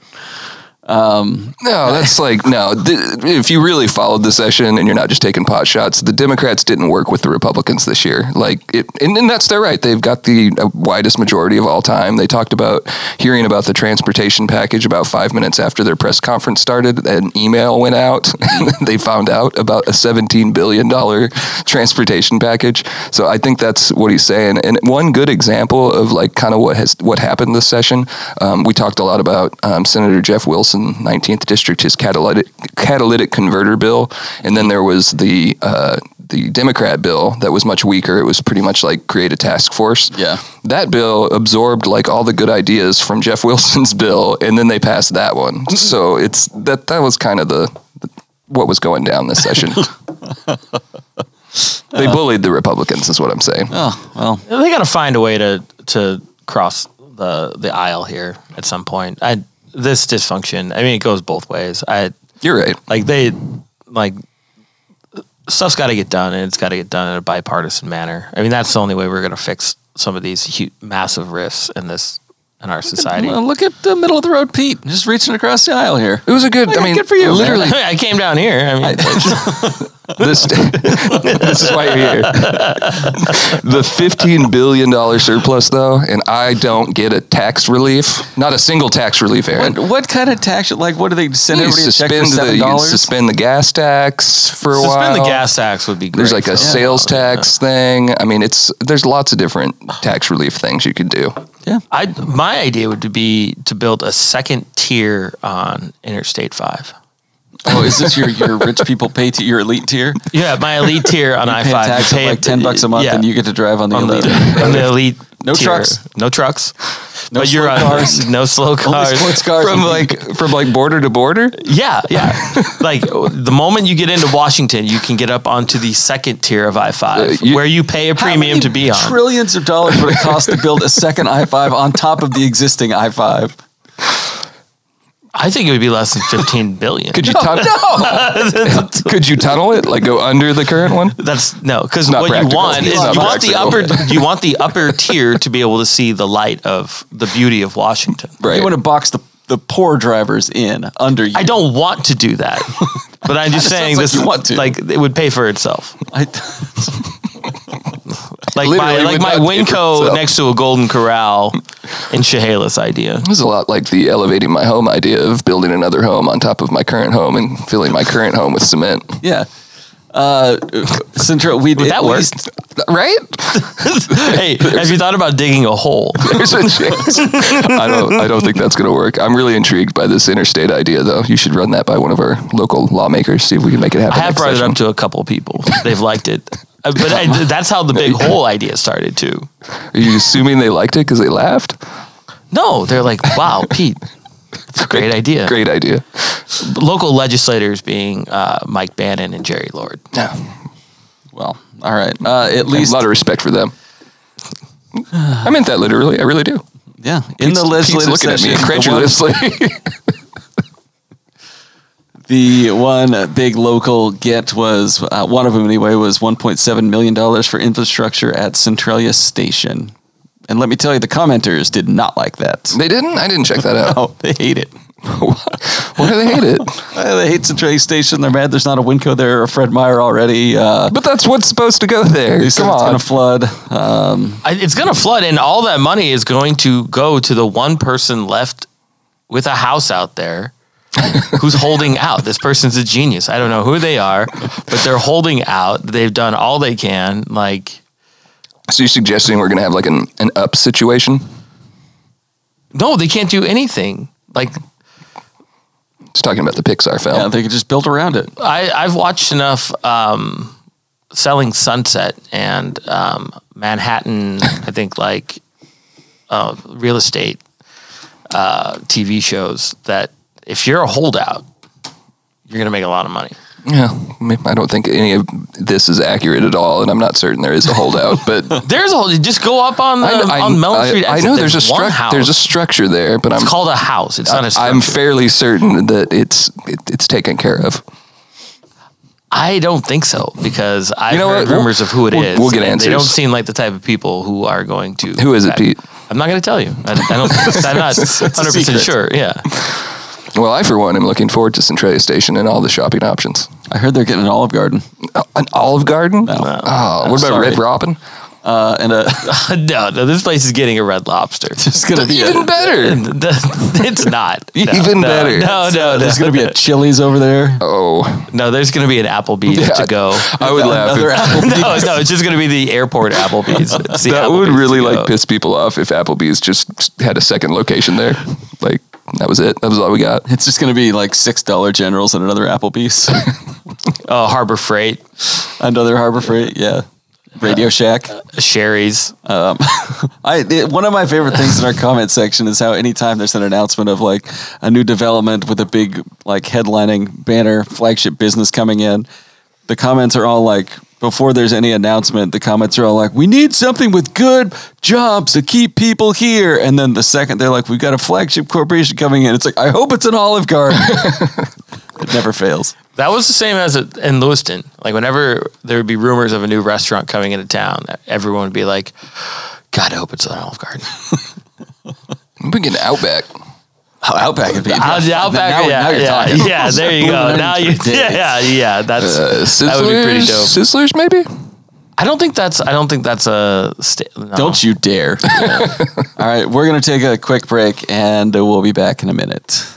Speaker 2: No, that's like no. Th- if you really followed the session and you're not just taking pot shots, the Democrats didn't work with the Republicans this year. Like, it, and, and that's their right. They've got the uh, widest majority of all time. They talked about hearing about the transportation package about five minutes after their press conference started. An email went out. they found out about a 17 billion dollar transportation package. So I think that's what he's saying. And one good example of like kind of what has what happened this session, um, we talked a lot about um, Senator Jeff Wilson, 19th district, his catalytic catalytic converter bill, and then there was the uh, the Democrat bill that was much weaker. It was pretty much like create a task force.
Speaker 1: Yeah.
Speaker 2: that bill absorbed like all the good ideas from Jeff Wilson's bill, and then they passed that one. So it's that that was kind of the what was going down this session. They bullied the Republicans, is what I'm saying.
Speaker 1: Oh, well,
Speaker 3: They got to find a way to to cross the the aisle here at some point. I this dysfunction. I mean, it goes both ways. I
Speaker 2: You're right.
Speaker 3: like they like stuff's got to get done, and it's got to get done in a bipartisan manner. I mean, that's the only way we're going to fix some of these huge, massive rifts in this in our society.
Speaker 1: Well, look at the middle of the road, Pete, just reaching across the aisle here.
Speaker 2: It was a good.
Speaker 1: Look,
Speaker 2: I mean,
Speaker 1: good for you, man.
Speaker 2: Literally,
Speaker 3: I came down here. I mean,
Speaker 2: this this is why you're here. the fifteen billion dollar surplus, though, and I don't get a tax relief. Not a single tax relief, Aaron.
Speaker 1: What, what kind of tax? Like, what do they send
Speaker 2: You
Speaker 1: everybody a check for
Speaker 2: suspend the
Speaker 1: seven
Speaker 2: you can
Speaker 1: dollars?
Speaker 2: suspend the gas tax for a while.
Speaker 3: suspend the gas tax would be great.
Speaker 2: There's like a
Speaker 3: for them.
Speaker 2: sales tax thing. I mean, it's there's lots of different tax relief things you could do.
Speaker 1: Yeah,
Speaker 3: I my idea would be to build a second tier on Interstate Five.
Speaker 1: Oh, is this your, your rich people pay to your elite tier?
Speaker 3: Yeah, my elite tier on I
Speaker 1: Pay
Speaker 3: five.
Speaker 1: tax of like ten bucks a month, and you get to drive on the
Speaker 3: on
Speaker 1: elite.
Speaker 3: the, on the elite.
Speaker 1: No
Speaker 3: tier.
Speaker 1: trucks.
Speaker 3: No trucks.
Speaker 1: No
Speaker 3: but you're
Speaker 1: slow
Speaker 3: on
Speaker 1: cars.
Speaker 3: no slow cars.
Speaker 1: sports cars.
Speaker 2: From like from like border to border.
Speaker 3: Yeah, yeah. like the moment you get into Washington, you can get up onto the second tier of I five,
Speaker 2: Uh, you-
Speaker 3: where you pay a
Speaker 1: How
Speaker 3: premium
Speaker 1: many
Speaker 3: to be on.
Speaker 1: Trillions of dollars would it cost to build a second I five on top of the existing I five.
Speaker 3: I think it would be less than fifteen billion.
Speaker 2: Could you tunnel? could you tunnel it? Like go under the current one?
Speaker 3: That's no, because
Speaker 2: not
Speaker 3: what you
Speaker 2: practical.
Speaker 3: want
Speaker 2: It's
Speaker 3: is
Speaker 2: not
Speaker 3: you want the
Speaker 2: practical.
Speaker 3: upper you want the upper tier to be able to see the light of the beauty of Washington.
Speaker 1: You
Speaker 2: Right.
Speaker 1: want to box the, the poor drivers in under you.
Speaker 3: I don't want to do that, but I'm just saying
Speaker 1: sounds like
Speaker 3: this
Speaker 1: you want to.
Speaker 3: like it would pay for itself.
Speaker 1: I,
Speaker 3: Like
Speaker 2: Literally
Speaker 3: my like
Speaker 2: would
Speaker 3: my
Speaker 2: not pay for
Speaker 3: Winco
Speaker 2: itself.
Speaker 3: next to a Golden Corral in Chehalis idea.
Speaker 2: This is a lot like the elevating my home idea of building another home on top of my current home and filling my current home with cement.
Speaker 1: yeah. Uh, Central, we
Speaker 3: that work?
Speaker 2: Right?
Speaker 3: hey, have you thought about digging a hole?
Speaker 2: There's a chance. I don't I don't think that's gonna work. I'm really intrigued by this interstate idea though. You should run that by one of our local lawmakers, see if we can make it happen.
Speaker 3: I have
Speaker 2: next
Speaker 3: brought it
Speaker 2: session.
Speaker 3: up to a couple people. They've liked it, Uh, but I, that's how the big hole idea started too.
Speaker 2: Are you assuming they liked it because they laughed?
Speaker 3: No, they're like, wow, Pete. It's a great idea.
Speaker 2: Great idea.
Speaker 3: local legislators being uh, Mike Bannon and Jerry Lord.
Speaker 2: Yeah.
Speaker 1: Well, all right. Uh, at
Speaker 2: A
Speaker 1: least,
Speaker 2: lot of respect for them. I meant that literally. I really do.
Speaker 1: yeah. In the
Speaker 2: Pete's- Pete's
Speaker 1: legislative
Speaker 2: looking at
Speaker 1: session, the
Speaker 2: me
Speaker 1: one-
Speaker 2: incredulously.
Speaker 1: The one big local get was uh, one of them anyway was 1.7 million dollars for infrastructure at Centralia Station, and let me tell you, the commenters did not like that.
Speaker 2: they didn't. I didn't check that out.
Speaker 1: Oh, they hate it.
Speaker 2: Why do they hate it?
Speaker 1: Uh, they hate Centralia Station. They're mad. There's not a Winco there or Fred Meyer already. Uh,
Speaker 2: But that's what's supposed to go there.
Speaker 1: they said
Speaker 2: Come
Speaker 1: it's
Speaker 2: on.
Speaker 1: gonna flood. Uh,
Speaker 3: I, it's going to flood, and all that money is going to go to the one person left with a house out there who's holding out. This person's a genius. I don't know who they are, but they're holding out. They've done all they can. Like,
Speaker 2: so you're suggesting we're going to have like an, an up situation?
Speaker 3: no, they can't do anything. Like,
Speaker 2: Just talking about the Pixar film.
Speaker 1: yeah, they could just build around it.
Speaker 3: I, I've watched enough um, Selling Sunset and um, Manhattan, I think, like uh, real estate uh, TV shows that if you're a holdout, you're going to make a lot of money.
Speaker 2: Yeah, I mean, I don't think any of this is accurate at all, and I'm not certain there is a holdout. But
Speaker 3: There's a whole, just go up on, the,
Speaker 2: I-
Speaker 3: on Mellon
Speaker 2: I-
Speaker 3: Street.
Speaker 2: I
Speaker 3: exit.
Speaker 2: know there's a
Speaker 3: one
Speaker 2: structure.
Speaker 3: house.
Speaker 2: There's a structure there, but I'm
Speaker 3: it's called a house. It's not a structure.
Speaker 2: I'm fairly certain that it's it, it's taken care of.
Speaker 3: I don't think so because I've
Speaker 2: know
Speaker 3: heard
Speaker 2: what?
Speaker 3: rumors of who it
Speaker 2: We'll-
Speaker 3: is.
Speaker 2: we'll get
Speaker 3: and They
Speaker 2: answers.
Speaker 3: don't seem like the type of people who are going to.
Speaker 2: Who is it,
Speaker 3: I-
Speaker 2: Pete?
Speaker 3: I'm not going to tell you. I, I don't. I'm not 100 percent
Speaker 1: secret.
Speaker 3: sure. Yeah.
Speaker 2: Well, I for one am looking forward to Centralia Station and all the shopping options.
Speaker 1: I heard they're getting an Olive Garden
Speaker 2: Uh, An Olive Garden?
Speaker 1: No.
Speaker 2: Oh, what about
Speaker 1: sorry.
Speaker 2: Red Robin?
Speaker 1: uh, and a,
Speaker 3: no, no. This place is getting a red lobster.
Speaker 1: it's gonna be
Speaker 2: Even
Speaker 1: a,
Speaker 2: better.
Speaker 3: it's not. No,
Speaker 2: Even
Speaker 3: no,
Speaker 2: better.
Speaker 3: No, no, no.
Speaker 1: uh, there's gonna be a Chili's over there.
Speaker 2: Oh,
Speaker 3: no, there's going to be an Applebee's to go.
Speaker 2: I would laugh.
Speaker 1: Another
Speaker 2: if-
Speaker 1: Applebee's.
Speaker 3: No, no, it's just going to be the airport Applebee's. It's the
Speaker 2: that would
Speaker 3: Applebee's
Speaker 2: really
Speaker 3: to
Speaker 2: like
Speaker 3: go.
Speaker 2: piss people off if Applebee's just had a second location there. Like that was it. That was all we got.
Speaker 1: It's just gonna be like six dollar generals and another Applebee's,
Speaker 3: Oh, Harbor Freight,
Speaker 1: another Harbor Freight. Yeah, Radio Shack.
Speaker 3: Sherry's.
Speaker 1: I it, one of my favorite things in our comment section is how anytime there's an announcement of like a new development with a big like headlining banner flagship business coming in, the comments are all like before there's any announcement, the comments are all like, "We need something with good jobs to keep people here." And then the second they're like, "We've got a flagship corporation coming in," it's like, "I hope it's an Olive Garden." it never fails.
Speaker 3: That was the same as it- in Lewiston. Like whenever there would be rumors of a new restaurant coming into town, everyone would be like, "God, I hope it's an Olive Garden."
Speaker 2: I'm thinking Outback.
Speaker 1: Oh, Outback would be.
Speaker 3: I'll, I'll back,
Speaker 1: now,
Speaker 3: yeah,
Speaker 1: now you're
Speaker 3: yeah,
Speaker 1: talking.
Speaker 3: yeah, there you go. Now you, yeah, yeah, yeah, that's
Speaker 2: Uh, Sizzlers,
Speaker 3: that would be pretty dope.
Speaker 2: Sizzlers, maybe.
Speaker 3: I don't think that's. I don't think that's a. St- no.
Speaker 1: Don't you dare. All right, we're going to take a quick break and we'll be back in a minute.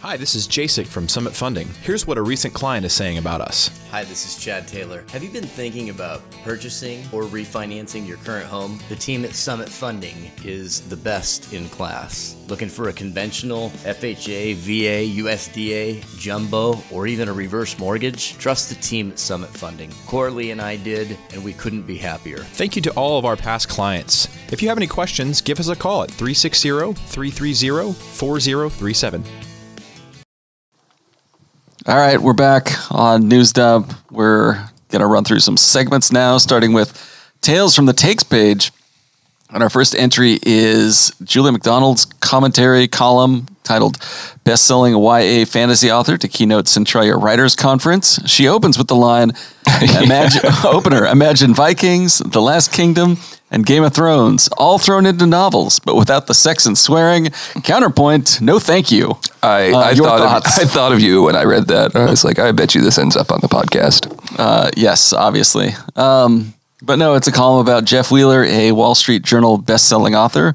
Speaker 4: Hi, this is Jacek from Summit Funding. Here's what a recent client is saying about us.
Speaker 5: Hi, this is Chad Taylor. Have you been thinking about purchasing or refinancing your current home? The team at Summit Funding is the best in class. Looking for a conventional FHA, VA, USDA, jumbo, or even a reverse mortgage? Trust the team at Summit Funding. Corley and I did, and we couldn't be happier.
Speaker 4: Thank you to all of our past clients. If you have any questions, give us a call at 360 330 4037.
Speaker 1: All right, we're back on News Dub. We're going to run through some segments now, starting with Tales from the Takes page. And our first entry is Julia McDonald's commentary column titled Best Selling YA Fantasy Author to Keynote Centralia Writers Conference. She opens with the line imagine, opener, Imagine Vikings, The Last Kingdom, and Game of Thrones, all thrown into novels, but without the sex and swearing. Counterpoint, no thank you.
Speaker 2: I,
Speaker 1: Uh,
Speaker 2: I
Speaker 1: your
Speaker 2: thought of,
Speaker 1: thoughts?
Speaker 2: I thought of you when I read that. I was like, I bet you this ends up on the podcast.
Speaker 1: Uh, yes, obviously. Um, but no, it's a column about Jeff Wheeler, a Wall Street Journal best-selling author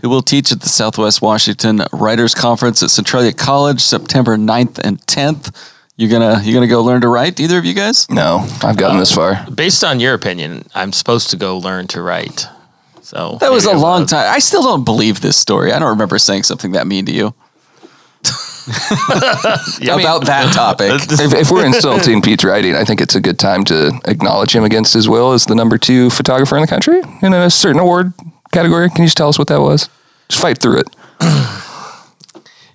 Speaker 1: who will teach at the Southwest Washington Writers Conference at Centralia College September 9th and 10th. You're going to you're going to go learn to write either of you guys?
Speaker 2: No, I've gotten this far.
Speaker 3: Based on your opinion, I'm supposed to go learn to write. So
Speaker 1: That was a
Speaker 3: maybe I
Speaker 1: long
Speaker 3: will.
Speaker 1: time. I still don't believe this story. I don't remember saying something that mean to you
Speaker 3: Yeah, I mean,
Speaker 1: about that topic.
Speaker 2: If, if we're insulting Pete's writing, I think it's a good time to acknowledge him against his will as the number two photographer in the country in a certain award category. Can you just tell us what that was? Just fight through it.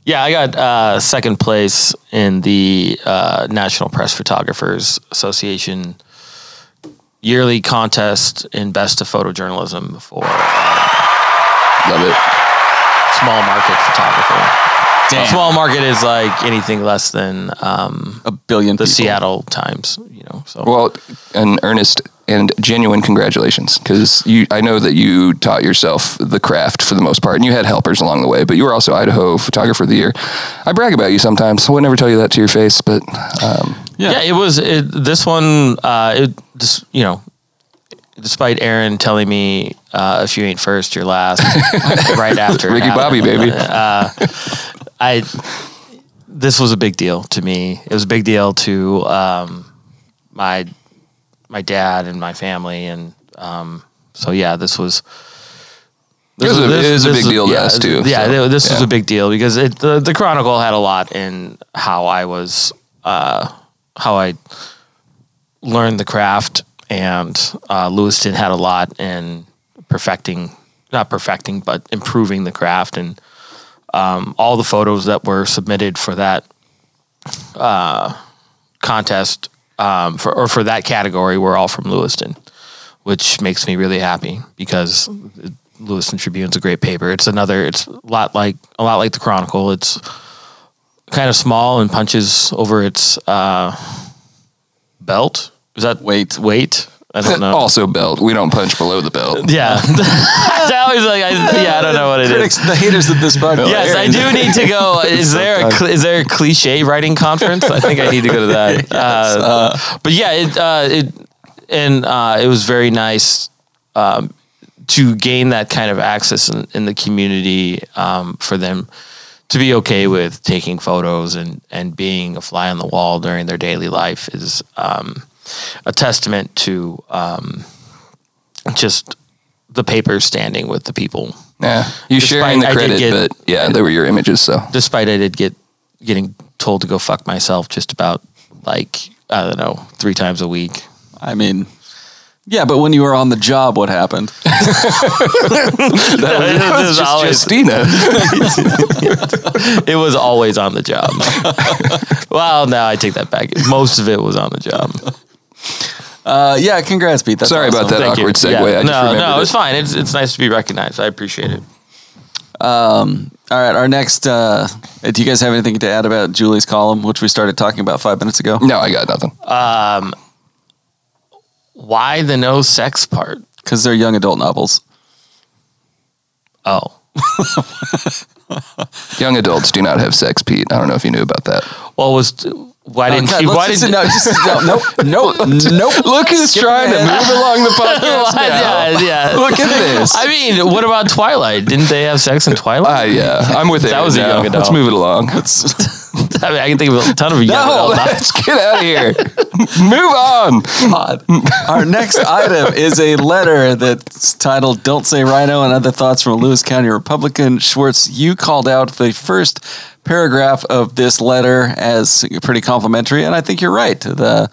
Speaker 3: yeah, I got uh, second place in the uh, National Press Photographers Association yearly contest in best of photojournalism for
Speaker 2: Love it.
Speaker 3: small market photographer. Small market is like anything less than um,
Speaker 1: a billion
Speaker 3: the
Speaker 1: people.
Speaker 3: Seattle Times, you know. So
Speaker 2: Well, an earnest and genuine congratulations because you. I know that you taught yourself the craft for the most part, and you had helpers along the way. But you were also Idaho Photographer of the Year. I brag about you sometimes. I would never tell you that to your face, but um,
Speaker 3: yeah. it was it, this one. Uh, it just you know, despite Aaron telling me uh, if you ain't first, you're last. right after it
Speaker 2: Ricky Bobby,
Speaker 3: happened.
Speaker 2: baby.
Speaker 3: I this was a big deal to me. It was a big deal to um, my my dad and my family, and um, so yeah, this was.
Speaker 2: It was a- it is a big deal to
Speaker 3: yeah,
Speaker 2: us, too,
Speaker 3: Yeah,
Speaker 2: so,
Speaker 3: this was
Speaker 2: yeah.
Speaker 3: a big deal because it, the the Chronicle had a lot in how I was, uh, how I learned the craft, and uh, Lewiston had a lot in perfecting, not perfecting, but improving the craft, and um, all the photos that were submitted for that uh, contest um, for or for that category were all from Lewiston, which makes me really happy because Lewiston Tribune's a great paper. It's another. It's a lot like a lot like the Chronicle. It's kind of small and punches over its uh, belt. Is that
Speaker 1: Weight.
Speaker 3: Weight. I don't know.
Speaker 2: also belt. We don't punch below the belt.
Speaker 3: Yeah, that was like, I, yeah, I don't know what it is.
Speaker 1: Critics, the haters of this podcast.
Speaker 3: Yes, I do need to go. Is there a cl- is there a cliche writing conference? I think I need to go to that. Uh, but yeah, it uh, it and uh, it was very nice um, to gain that kind of access in, in the community um, for them to be okay with taking photos and and being a fly on the wall during their daily life is um, a testament to um, just the paper standing with the people
Speaker 2: Yeah, you sharing the
Speaker 3: Despite I
Speaker 2: credit,
Speaker 3: did get-
Speaker 2: but yeah, they were your images. So
Speaker 3: despite I did get getting told to go fuck myself just about like I don't know three times a week.
Speaker 1: I mean, yeah, but when you were on the job, what happened?
Speaker 3: it, was
Speaker 2: Just
Speaker 3: always,
Speaker 2: Justina.
Speaker 3: it was always on the job. well, now I take that back. Most of it was on the job.
Speaker 1: Uh, yeah, congrats, Pete. That's
Speaker 2: Sorry about
Speaker 1: awesome.
Speaker 2: that.
Speaker 3: Thank
Speaker 2: awkward
Speaker 3: you.
Speaker 2: segue. I just
Speaker 3: no,
Speaker 2: remembered
Speaker 3: no, it's
Speaker 2: it.
Speaker 3: fine. It's, it's nice to be recognized. I appreciate it.
Speaker 1: All right, our next. Uh, do you guys have anything to add about Julie's column, which we started talking about five minutes ago?
Speaker 2: No, I got nothing.
Speaker 3: Why the no sex part?
Speaker 1: Because they're young adult novels.
Speaker 3: Oh,
Speaker 2: Young adults do not have sex, Pete. I don't know if you knew about that.
Speaker 3: well, was
Speaker 2: Oh,
Speaker 3: why didn't
Speaker 1: God,
Speaker 3: she?
Speaker 1: let's
Speaker 3: Why
Speaker 1: just-
Speaker 3: did
Speaker 1: no, just, no, nope, nope, nope.
Speaker 2: Look who's
Speaker 1: Skip
Speaker 2: trying to
Speaker 1: ahead.
Speaker 2: move along the podcast now.
Speaker 3: Yeah, yeah.
Speaker 2: Look at this.
Speaker 3: I mean, what about Twilight? Didn't they have sex in
Speaker 2: Ah,
Speaker 3: Twilight?
Speaker 2: yeah, I'm with it.
Speaker 3: was a young
Speaker 2: Let's
Speaker 3: adult.
Speaker 2: move it along.
Speaker 3: I, mean, I can think of a ton of young
Speaker 2: no,
Speaker 3: adult novels.
Speaker 2: let's get out of here. move on.
Speaker 1: God. Our next item is a letter that's titled Don't Say Rhino and Other Thoughts from a Lewis County Republican. Schwartz, you called out the first paragraph of this letter as pretty complimentary, and I think you're right. The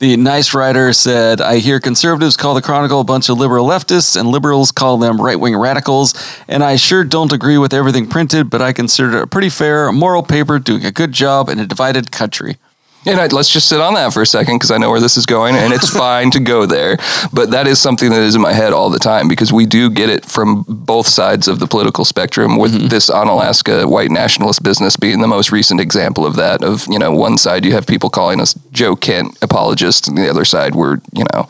Speaker 1: the nice writer said, I hear conservatives call the Chronicle a bunch of liberal leftists, and liberals call them right wing radicals. And I sure don't agree with everything printed, but I consider it a pretty fair, moral paper doing a good job in a divided country.
Speaker 2: And I, let's just sit on that for a second because I know where this is going, and it's fine to go there. But that is something that is in my head all the time because we do get it from both sides of the political spectrum. With this Onalaska white nationalist business being the most recent example of that. Of you know, one side you have people calling us Joe Kent apologists, and the other side we're you know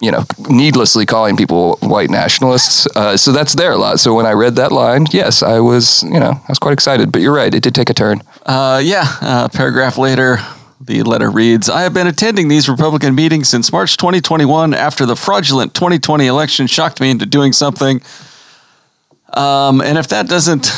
Speaker 2: you know, needlessly calling people white nationalists. Uh, so that's there a lot. So when I read that line, yes, I was, you know, I was quite excited. But you're right, it did take a turn.
Speaker 1: Uh, yeah, uh, paragraph later, the letter reads I have been attending these Republican meetings since March 2021 after the fraudulent 2020 election shocked me into doing something. Um, and if that doesn't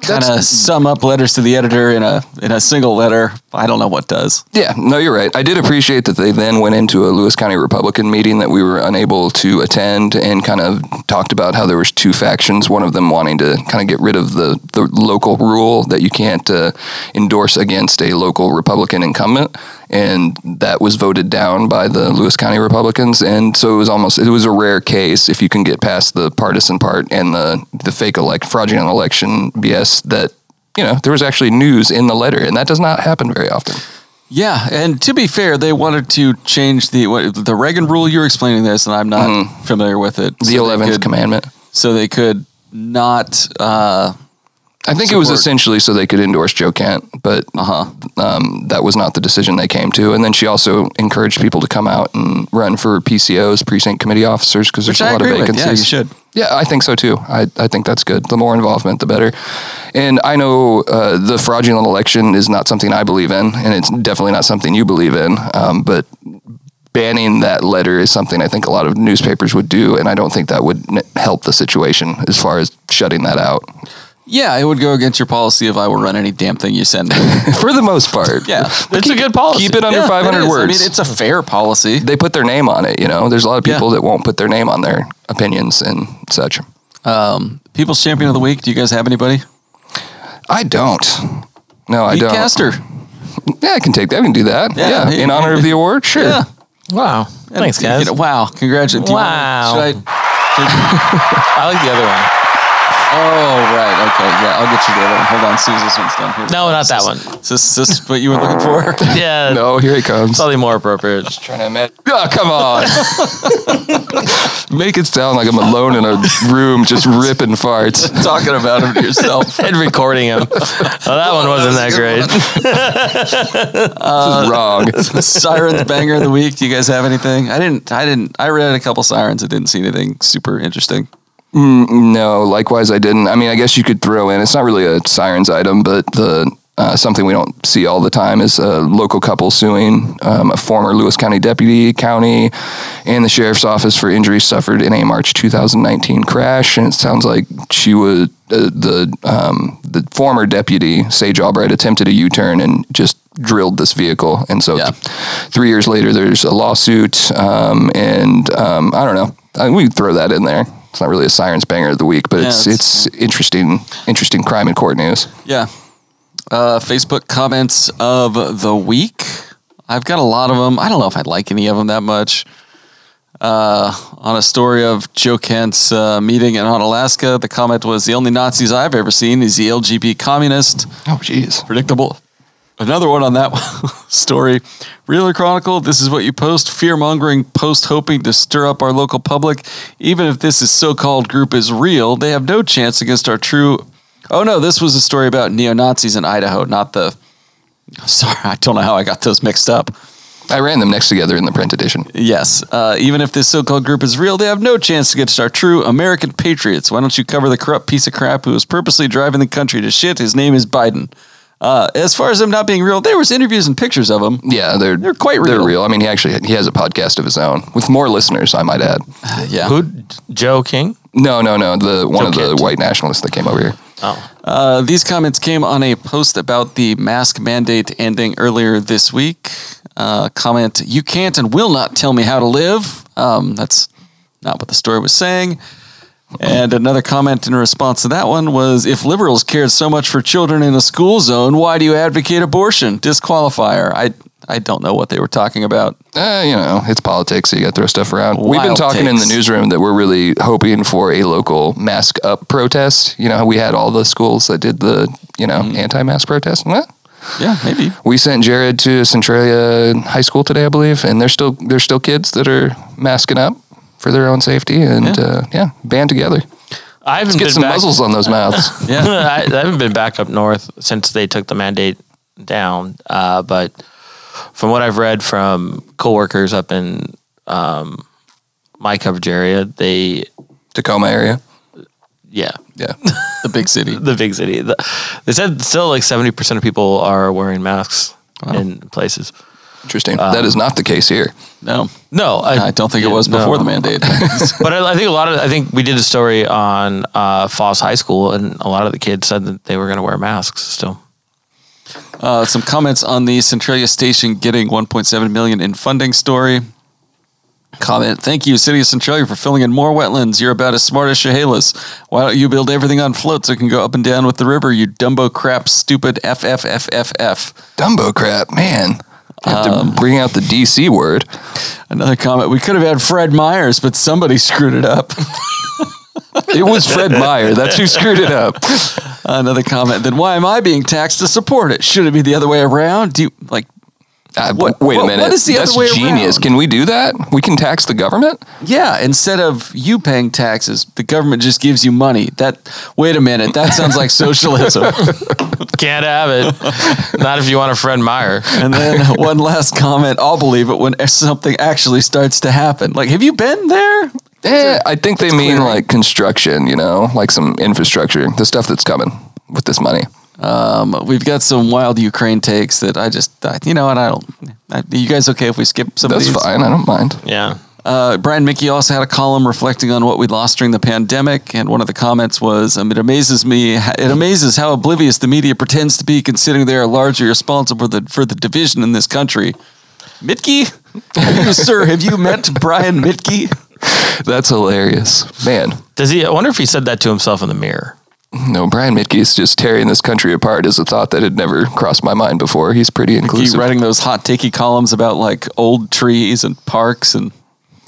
Speaker 1: kind of sum up letters to the editor in a in a single letter, I don't know what does.
Speaker 2: Yeah, no, you're right. I did appreciate that they then went into a Lewis County Republican meeting that we were unable to attend and kind of talked about how there was two factions, one of them wanting to kind of get rid of the, the local rule that you can't uh, endorse against a local Republican incumbent. And that was voted down by the Lewis County Republicans. And so it was almost, it was a rare case if you can get past the partisan part and the, the fake elect, fraudulent election BS that, you know, there was actually news in the letter. And that does not happen very often.
Speaker 1: Yeah, and to be fair, they wanted to change the what, the Reagan rule. You're explaining this, and I'm not familiar with it.
Speaker 2: Mm-hmm. the eleventh commandment.
Speaker 1: so they could not. Uh,
Speaker 2: I think it
Speaker 1: Support.
Speaker 2: was
Speaker 1: Uh-huh.
Speaker 2: essentially so they could endorse Joe Kent, but um, that was not the decision they came to. And then she also encouraged people to come out and run for PCOs, precinct committee officers, because there's
Speaker 1: which
Speaker 2: a
Speaker 1: I
Speaker 2: lot
Speaker 1: agree
Speaker 2: of
Speaker 1: with.
Speaker 2: vacancies.
Speaker 1: Yeah, you should.
Speaker 2: Yeah, I think so too. I, I think that's good. The more involvement, the better. And I know uh, the fraudulent election is not something I believe in, and it's definitely not something you believe in. Um, but banning that letter is something I think a lot of newspapers would do, and I don't think that would n- help the situation as far as shutting that out.
Speaker 1: Yeah, it would go against your policy of I will run any damn thing you send me.
Speaker 2: For the most part,
Speaker 1: Yeah.
Speaker 3: It's a good policy.
Speaker 2: Keep it under
Speaker 1: Yeah, it
Speaker 2: 500
Speaker 1: is.
Speaker 2: words.
Speaker 1: I mean, it's a fair policy.
Speaker 2: they put their name on it. You know, there's a lot of
Speaker 1: Yeah.
Speaker 2: people that won't put their name on their opinions and such.
Speaker 1: People's Champion of the Week. Do you guys have anybody?
Speaker 2: I don't. No, I
Speaker 1: Pete
Speaker 2: don't.
Speaker 1: Castor.
Speaker 2: Yeah, I can take that. I can do that.
Speaker 1: Yeah,
Speaker 2: Yeah.
Speaker 1: he-
Speaker 2: In honor of the award? Sure.
Speaker 1: Yeah.
Speaker 3: Wow. Thanks,
Speaker 1: You
Speaker 3: guys.
Speaker 1: know, wow. Congratulations. Do you want-
Speaker 3: Wow.
Speaker 1: should I?
Speaker 3: I like the other one.
Speaker 1: oh, right. Okay. Yeah, I'll get you the other one. Hold on. Sue's this one's down here.
Speaker 3: No, not that one.
Speaker 1: Is this, is this what you were looking for?
Speaker 3: Yeah,
Speaker 2: No, here he comes.
Speaker 3: probably more appropriate.
Speaker 2: Trying to imagine. Oh, come on. Make it sound like I'm alone in a room just ripping farts.
Speaker 1: Talking about him to yourself.
Speaker 3: And recording him. Well, that one wasn't that great.
Speaker 1: Uh,
Speaker 2: Wrong.
Speaker 1: Sirens banger of the week. Do you guys have anything? I didn't. I didn't. I read a couple sirens. I didn't see anything super interesting.
Speaker 2: No, likewise, I didn't. I mean, I guess you could throw in. It's not really a sirens item, but the uh, something we don't see all the time is a local couple suing um, a former Lewis County deputy, county, and the sheriff's office for injuries suffered in a March 2019 crash. And it sounds like she was uh, the um, the former deputy, Sage Albright, attempted a U-turn and just drilled this vehicle. And so,
Speaker 1: Yeah.
Speaker 2: three years later, there's a lawsuit, um, and um, I don't know. I, we could throw that in there. It's not really a sirens banger of the week, but it's
Speaker 1: that's-
Speaker 2: it's interesting interesting crime in court news.
Speaker 1: Yeah. Uh, Facebook comments of the week. I've got a lot of them. I don't know if I'd like any of them that much. Uh, on a story of Joe Kent's uh, meeting in Onalaska, the comment was the only Nazis I've ever seen is the LGB communist.
Speaker 2: Oh, jeez.
Speaker 1: Predictable. Another one on that story. Realtor Chronicle, this is what you post. Fear mongering post hoping to stir up our local public. Even if this is so called group is real, they have no chance against our true. Oh no, this was a story about neo Nazis in Idaho, not the. Sorry, I don't know how I got those mixed up.
Speaker 2: I ran them next together in the print edition.
Speaker 1: Yes. Uh, even if this so called group is real, they have no chance against our true American patriots. Why don't you cover the corrupt piece of crap who is purposely driving the country to shit? His name is Biden. Uh, as far as them not being real, there was interviews and pictures of him.
Speaker 2: Yeah, they're
Speaker 1: They're quite
Speaker 2: They're
Speaker 1: real.
Speaker 2: real. I mean, he actually he has a podcast of his own with more listeners, I might add.
Speaker 1: Yeah.
Speaker 3: Who? Joe King?
Speaker 2: No, no, no. The one of the
Speaker 3: Kent.
Speaker 2: white nationalists that came over here.
Speaker 3: Oh,
Speaker 1: Uh, these comments came on a post about the mask mandate ending earlier this week. Uh, comment, you can't and will not tell me how to live. Um, that's not what the story was saying. And another comment in response to that one was if liberals cared so much for children in a school zone, why do you advocate abortion? Disqualifier. I, I don't know what they were talking about.
Speaker 2: Uh, you know, it's politics. So you got to throw stuff around. We've been
Speaker 1: Wild
Speaker 2: talking in the
Speaker 1: takes.
Speaker 2: newsroom that we're really hoping for a local mask up protest. You know, we had all the schools that did the you know anti-mask protest. Well,
Speaker 1: Yeah, maybe.
Speaker 2: we sent Jared to Centralia High School today, I believe, and there's still there's still kids that are masking up for their own safety and yeah, uh, yeah band together.
Speaker 3: I haven't
Speaker 2: Let's get
Speaker 3: been
Speaker 2: some
Speaker 3: back.
Speaker 2: muzzles on those mouths.
Speaker 1: Yeah.
Speaker 3: I, I haven't been back up north since they took the mandate down. Uh, but from what I've read from coworkers up in um, my coverage area, they
Speaker 2: Tacoma area.
Speaker 3: yeah
Speaker 2: Yeah.
Speaker 1: the big city.
Speaker 3: the big city. The, they said still like seventy percent of people are wearing masks in places.
Speaker 2: Interesting. that is not the case here.
Speaker 1: No,
Speaker 3: No,
Speaker 1: I don't think it was before
Speaker 3: the
Speaker 1: the mandate.
Speaker 3: but I, I think a lot of I think we did a story on uh, Falls High School, and a lot of the kids said that they were going to wear masks still.
Speaker 1: Uh, some comments on the Centralia station getting 1.7 million in funding story. Comment: Thank you, City of Centralia, for filling in more wetlands. You're about as smart as Chehalis. Why don't you build everything on float so it can go up and down with the river? You Dumbo crap, stupid FFFFF.
Speaker 2: Dumbo crap, man. I have
Speaker 1: Um,
Speaker 2: to bring out the DC word.
Speaker 1: Another comment: We could have had Fred Myers, but somebody screwed it up.
Speaker 2: It was Fred Meyer. That's who screwed it up.
Speaker 1: Another comment: Then why am I being taxed to support it? Should it be the other way around? Do you like?
Speaker 2: Uh,
Speaker 1: What-
Speaker 2: wait a
Speaker 1: what-
Speaker 2: minute.
Speaker 1: what is the
Speaker 2: That's
Speaker 1: other way
Speaker 2: genius.
Speaker 1: around?
Speaker 2: Can we do that? We can tax the government?
Speaker 1: Yeah, instead of you paying taxes, the government just gives you money. That wait a minute, that sounds like socialism.
Speaker 3: Can't have it. Not if you want a friend Meyer.
Speaker 1: and then one last comment, I'll believe it when something actually starts to happen. Like, have you been there?
Speaker 2: Eh, I think they mean like construction, you know, like some infrastructure, the stuff that's coming with this money.
Speaker 1: Um, we've got some wild Ukraine takes that I just, I, you know, what I don't. I, you guys okay if we skip some
Speaker 2: That's
Speaker 1: of these?
Speaker 2: fine. I don't mind.
Speaker 3: Yeah.
Speaker 1: Uh, Brian Mickey also had a column reflecting on what we lost during the pandemic, and one of the comments was, um, "It amazes me. It amazes how oblivious the media pretends to be, considering they are largely responsible for the for the division in this country." Mitke, Have you, sir, have you met Brian Mitke?
Speaker 2: That's hilarious. Man,
Speaker 3: Does he? I wonder if he said that to himself in the mirror.
Speaker 2: no, Brian Mitke is just tearing this country apart is a thought that had never crossed my mind before. He's pretty
Speaker 1: He
Speaker 2: inclusive.
Speaker 1: writing those hot takey columns about like old trees and parks and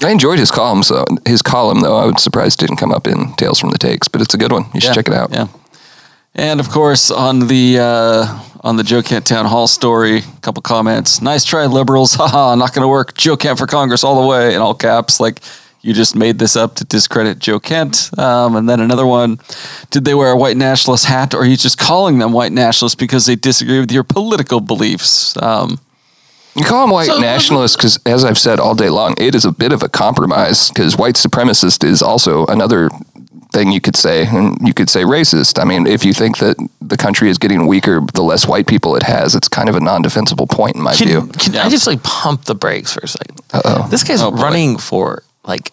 Speaker 2: I enjoyed his column, so his column though I was surprised didn't come up in Tales from the Takes, but it's a good one. You should check it out.
Speaker 1: Yeah, and of course on the uh, on the Joe Kent town hall story, a couple comments. Nice try, liberals. Haha, not going to work. Joe Kent for Congress all the way in all caps. Like you just made this up to discredit Joe Kent. Um, and then another one: Did they wear a white nationalist hat, or are you just calling them white nationalists because they disagree with your political beliefs? Um,
Speaker 2: You call him white nationalist because, as I've said all day long, it is a bit of a compromise because white supremacist is also another thing you could say, and you could say racist. I mean, if you think that the country is getting weaker, the less white people it has, it's kind of a non-defensible point in my
Speaker 3: Can,
Speaker 2: view.
Speaker 3: can I just like pump the brakes for a second?
Speaker 2: Uh-oh.
Speaker 3: This guy's
Speaker 1: Oh, boy.
Speaker 3: running for like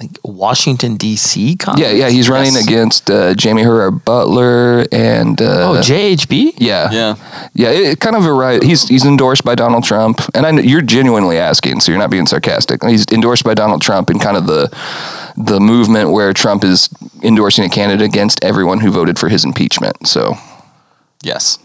Speaker 3: like Washington D.C.
Speaker 2: Yeah,
Speaker 3: Congress?
Speaker 2: yeah, he's running
Speaker 1: Yes.
Speaker 2: against uh, Jamie Herrera Butler and uh,
Speaker 3: Oh, JHB.
Speaker 2: yeah,
Speaker 1: yeah,
Speaker 2: Yeah, it, it kind of a right. He's he's endorsed by Donald Trump, and I know you're genuinely asking, so you're not being sarcastic. He's endorsed by Donald Trump in kind of the the movement where Trump is endorsing a candidate against everyone who voted for his impeachment. So,
Speaker 1: yes.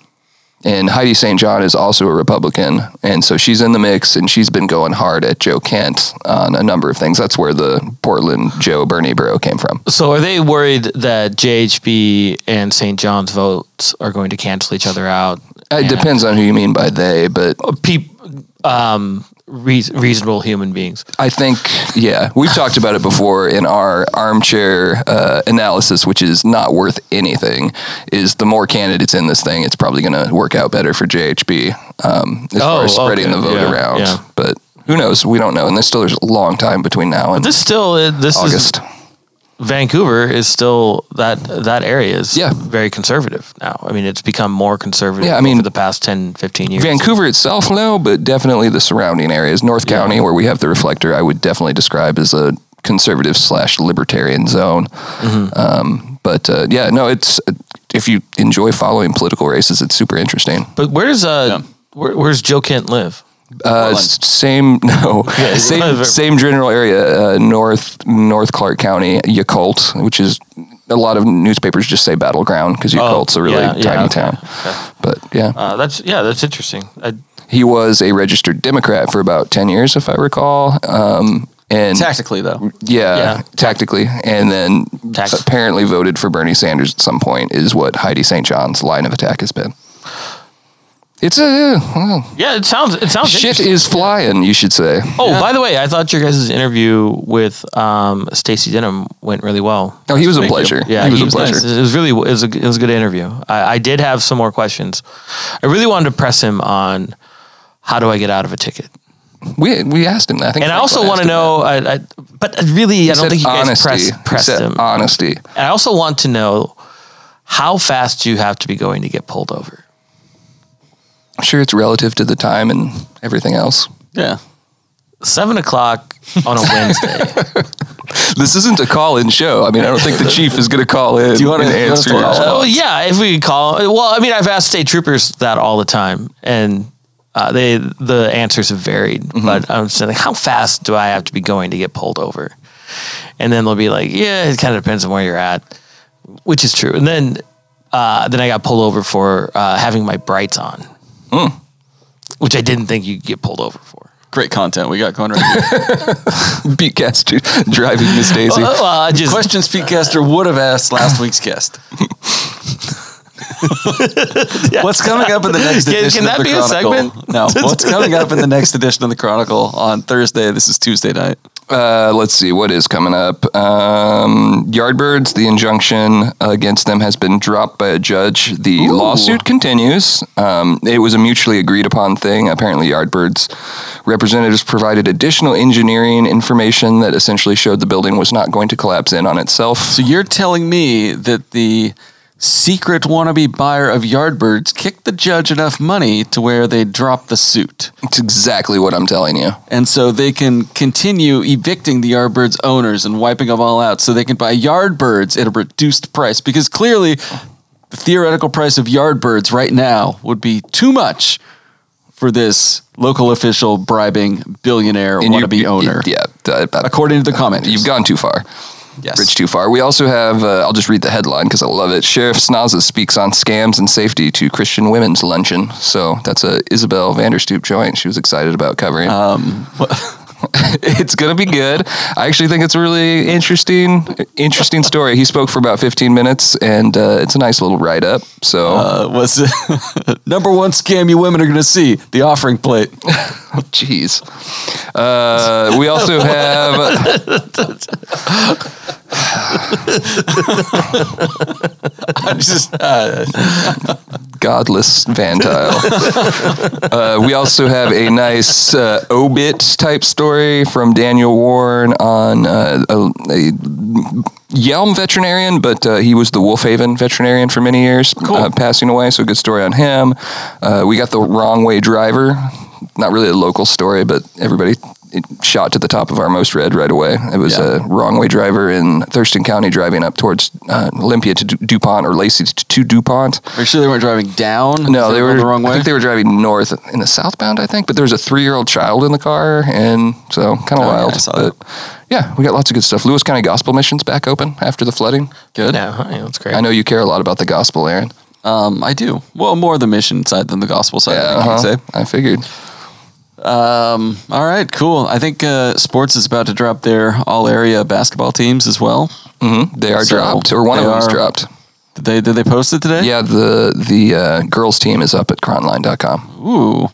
Speaker 2: and Heidi St. John is also a Republican, and so she's in the mix, and she's been going hard at Joe Kent on a number of things. That's where the Portland Joe Bernie bro came from.
Speaker 3: So are they worried that JHB and St. John's votes are going to cancel each other out?
Speaker 2: It depends on who you mean by they, but
Speaker 3: People, um, rea- reasonable human beings.
Speaker 2: I think, yeah, we've talked about it before in our armchair uh, analysis, which is not worth anything. Is the more candidates in this thing, it's probably going to work out better for JHB um, as
Speaker 3: Oh,
Speaker 2: far as spreading
Speaker 3: okay,
Speaker 2: the vote
Speaker 3: yeah,
Speaker 2: around.
Speaker 3: yeah.
Speaker 2: But who knows? We don't know, and there's still there's a long time between now and
Speaker 3: This still uh, this
Speaker 2: August.
Speaker 3: is Vancouver is still that that area is
Speaker 2: Yeah.
Speaker 3: very conservative now. I mean, it's become more conservative.
Speaker 2: Yeah, I mean-
Speaker 3: over the past 10, 15 years.
Speaker 2: Vancouver itself, no, but definitely the surrounding areas. North County, where we have the reflector, I would definitely describe as a conservative slash libertarian zone.
Speaker 3: Mm-hmm.
Speaker 2: Um, but uh, yeah, no, it's if you enjoy following political races, it's super interesting.
Speaker 3: But where's uh
Speaker 1: Yeah.
Speaker 3: where, where's Joe Kent live?
Speaker 2: Uh,
Speaker 1: Portland.
Speaker 2: s- same, no,
Speaker 3: Yeah,
Speaker 2: same,
Speaker 3: whatever.
Speaker 2: same general area, uh, north North Clark County, Yakult, which is a lot of newspapers just say battleground because Yakult's a really
Speaker 3: Oh, yeah, yeah,
Speaker 2: tiny
Speaker 3: okay,
Speaker 2: town. But yeah,
Speaker 3: Uh, that's yeah, that's interesting. I,
Speaker 2: he was a registered Democrat for about ten years, if I recall. Um, and
Speaker 1: Tactically, though,
Speaker 2: yeah,
Speaker 3: Yeah.
Speaker 2: tactically, and then
Speaker 3: Tact-
Speaker 2: apparently voted for Bernie Sanders at some point is what Heidi St. John's line of attack has been. It's a well,
Speaker 3: yeah, it sounds it sounds
Speaker 2: shit
Speaker 3: interesting.
Speaker 2: is flying, you should say.
Speaker 3: Oh, by the way, I thought your guys' interview with um, Stacy Denham went really well.
Speaker 2: No, he was a
Speaker 1: Thank you.
Speaker 2: pleasure.
Speaker 3: Yeah,
Speaker 2: he was
Speaker 3: he
Speaker 2: a
Speaker 3: was
Speaker 2: pleasure.
Speaker 3: nice. It was really it was a, it was a good interview. I, I did have some more questions. I really wanted to press him on how do I get out of a ticket,
Speaker 2: We we asked him that. I think
Speaker 3: and I
Speaker 2: Franklin
Speaker 3: also
Speaker 2: asked
Speaker 3: want to
Speaker 2: him
Speaker 3: know. I, I, but
Speaker 2: that.
Speaker 3: really, I
Speaker 2: He
Speaker 3: don't
Speaker 2: said
Speaker 3: think you guys
Speaker 2: honesty.
Speaker 3: press,
Speaker 2: He
Speaker 3: pressed
Speaker 2: said
Speaker 3: him.
Speaker 2: Honesty.
Speaker 3: And I also want to know how fast you have to be going to get pulled over.
Speaker 2: I'm sure it's relative to the time and everything else.
Speaker 1: yeah.
Speaker 3: Seven o'clock on a Wednesday.
Speaker 2: This isn't a call-in show. I mean, I don't think the chief is going to call in.
Speaker 1: Do you wanna-
Speaker 2: and
Speaker 1: do you want us
Speaker 2: answer
Speaker 1: to
Speaker 2: your-
Speaker 1: call it?
Speaker 3: Oh yeah, if we could call. Well, I mean, I've asked state troopers that all the time, and uh, they the answers have varied. But I'm saying, like, how fast do I have to be going to get pulled over? And then they'll be like, yeah, it kind of depends on where you're at, which is true. And then uh, then I got pulled over for uh, having my brights on, which I didn't think you could get pulled over for.
Speaker 1: Great content we got going right here. Uh-huh.
Speaker 2: Pete Caster driving Miss Daisy.
Speaker 3: Uh, well, I just
Speaker 1: Questions Pete Caster would have asked last week's guest. What's coming up in the next
Speaker 3: Can-
Speaker 1: edition
Speaker 3: can that
Speaker 1: of the
Speaker 3: be a
Speaker 1: Chronicle?
Speaker 3: segment?
Speaker 1: No. What's coming up in the next edition of the Chronicle on Thursday? This is Tuesday night.
Speaker 2: Uh, let's see what is coming up. Um, Yardbirds, the injunction against them has been dropped by a judge. The lawsuit continues. Um, it was a mutually agreed upon thing. Apparently, Yardbirds representatives provided additional engineering information that essentially showed the building was not going to collapse in on itself.
Speaker 1: So you're telling me that the secret wannabe buyer of Yardbirds kicked the judge enough money to where they dropped the suit.
Speaker 2: It's exactly what I'm telling you.
Speaker 1: And so they can continue evicting the Yardbirds owners and wiping them all out so they can buy Yardbirds at a reduced price because clearly the theoretical price of Yardbirds right now would be too much for this local official bribing billionaire
Speaker 2: you-
Speaker 1: wannabe
Speaker 2: you-
Speaker 1: owner.
Speaker 2: Yeah. that- that-
Speaker 1: According to the comment.
Speaker 2: You've gone too far.
Speaker 1: Yes.
Speaker 2: Rich too far. We also have, uh, I'll just read the headline because I love it. Sheriff Snaza speaks on scams and safety to Christian women's luncheon. So that's a Isabel Vanderstoop joint she was excited about covering. it's going to be good. I actually think it's a really interesting, interesting story. He spoke for about 15 minutes and uh, it's a nice little write up. So
Speaker 1: Uh, was number one scam you women are going to see the offering plate.
Speaker 2: Jeez. Uh, we also have.
Speaker 1: I'm just uh,
Speaker 2: godless Van Tile. uh, we also have a nice uh, obit type story from Daniel Warren on uh, a, a Yelm veterinarian, but uh, he was the Wolfhaven veterinarian for many years, uh, passing away. So good story on him. Uh, we got the wrong way driver. Not really a local story, but everybody. It shot to the top of our most read right away. It was
Speaker 1: Yeah.
Speaker 2: a wrong way driver in Thurston County driving up towards uh, Olympia to Du- DuPont or Lacey to, to DuPont.
Speaker 1: are you sure they weren't driving down?
Speaker 2: No, they were
Speaker 1: going the wrong
Speaker 2: I
Speaker 1: way.
Speaker 2: think they were driving north in the southbound, I think. But there was a three-year-old child in the car, and so kind of
Speaker 1: Oh, yeah,
Speaker 2: wild.
Speaker 1: I saw
Speaker 2: but yeah, we got lots of good stuff. Lewis County Gospel Mission's back open after the flooding.
Speaker 1: Good.
Speaker 3: yeah, I know, it's great.
Speaker 2: I know you care a lot about the gospel, Aaron.
Speaker 1: Um, I do. Well, more the mission side than the gospel side. I think
Speaker 2: Uh-huh.
Speaker 1: you'd say.
Speaker 2: I figured.
Speaker 1: Um, All right, cool. I think uh, sports is about to drop their all area basketball teams as well.
Speaker 2: They are
Speaker 1: So,
Speaker 2: dropped, or one of
Speaker 1: they
Speaker 2: them is
Speaker 1: are-
Speaker 2: dropped.
Speaker 1: Did they did they post it today?
Speaker 2: Yeah, the the uh, girls team is up at cronline.com.
Speaker 1: Ooh.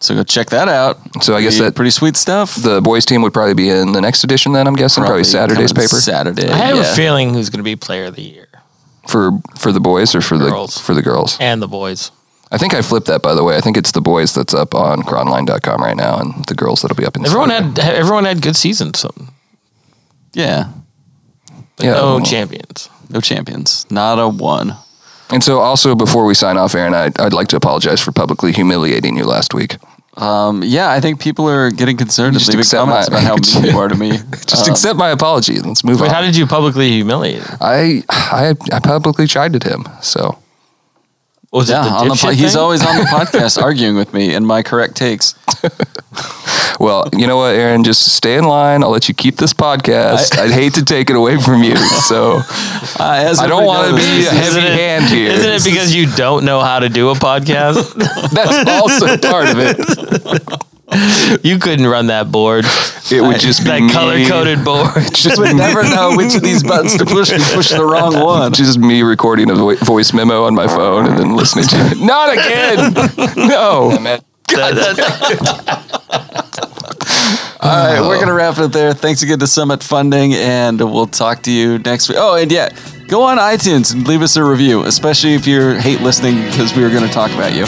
Speaker 1: So go check that out.
Speaker 2: So I guess
Speaker 1: Pretty-
Speaker 2: that-
Speaker 1: pretty sweet stuff.
Speaker 2: The boys team would probably be in the next edition. Then I'm guessing probably, Saturday's
Speaker 1: coming
Speaker 2: paper
Speaker 1: Saturday.
Speaker 3: I have
Speaker 1: yeah.
Speaker 3: a feeling who's going to be player of the year
Speaker 2: for for the boys or for
Speaker 3: Girls.
Speaker 2: the for the girls.
Speaker 3: and the boys.
Speaker 2: I think I flipped that by the way. I think it's the boys that's up on cronline.com right now, and the girls that'll be up in
Speaker 3: Everyone
Speaker 2: Saturday.
Speaker 3: had everyone had good seasons. So
Speaker 1: yeah.
Speaker 2: Yeah.
Speaker 3: no champions.
Speaker 1: No champions. Not a one.
Speaker 2: And so also before we sign off, Aaron, I, I'd like to apologize for publicly humiliating you last week.
Speaker 1: Um, yeah, I think people are getting concerned and
Speaker 2: Just
Speaker 1: leaving
Speaker 2: accept
Speaker 1: comments
Speaker 2: my-
Speaker 1: about how mean you are to me.
Speaker 2: Just accept my apology. Let's move
Speaker 3: Um, Wait,
Speaker 2: on.
Speaker 3: how did you publicly humiliate? him?
Speaker 2: I, I I publicly chided him. So
Speaker 3: Was
Speaker 1: yeah,
Speaker 3: it the
Speaker 1: on the
Speaker 3: dipshit
Speaker 1: po- he's
Speaker 3: thing?
Speaker 1: always on the podcast arguing with me and my correct takes.
Speaker 2: well, you know what, Aaron, just stay in line. I'll let you keep this podcast. I, would hate to take it away from you. So
Speaker 1: Uh, as
Speaker 2: I don't want to
Speaker 1: everybody
Speaker 2: be
Speaker 1: knows,
Speaker 2: a
Speaker 1: this is-
Speaker 2: heavy hand here.
Speaker 3: Isn't it because you don't know how to do a podcast?
Speaker 2: That's also part of it.
Speaker 3: you couldn't run that board.
Speaker 2: It would just be
Speaker 3: that color coded board.
Speaker 2: Just
Speaker 1: would never know which of these buttons to push. You push the wrong one.
Speaker 2: just me recording a vo- voice memo on my phone and then listening to it. Not again. No.
Speaker 1: All right, we're gonna wrap it there. Thanks again to Summit Funding, and we'll talk to you next week. Oh, and yeah, go on iTunes and leave us a review, especially if you hate listening because we were gonna talk about you.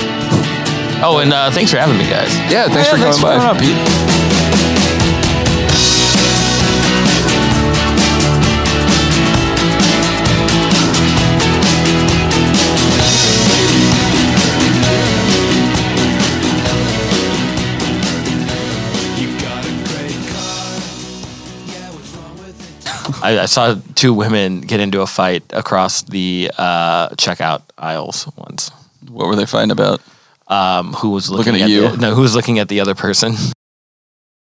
Speaker 3: Oh, and uh, thanks for having me, guys.
Speaker 2: Yeah, thanks
Speaker 1: Yeah,
Speaker 2: for coming by.
Speaker 1: coming on, Pete.
Speaker 3: I, I saw two women get into a fight across the uh, checkout aisles once.
Speaker 1: What were they fighting about?
Speaker 3: Um, who was looking,
Speaker 1: Looking at
Speaker 3: the-
Speaker 1: you.
Speaker 3: no, who was looking at the other person?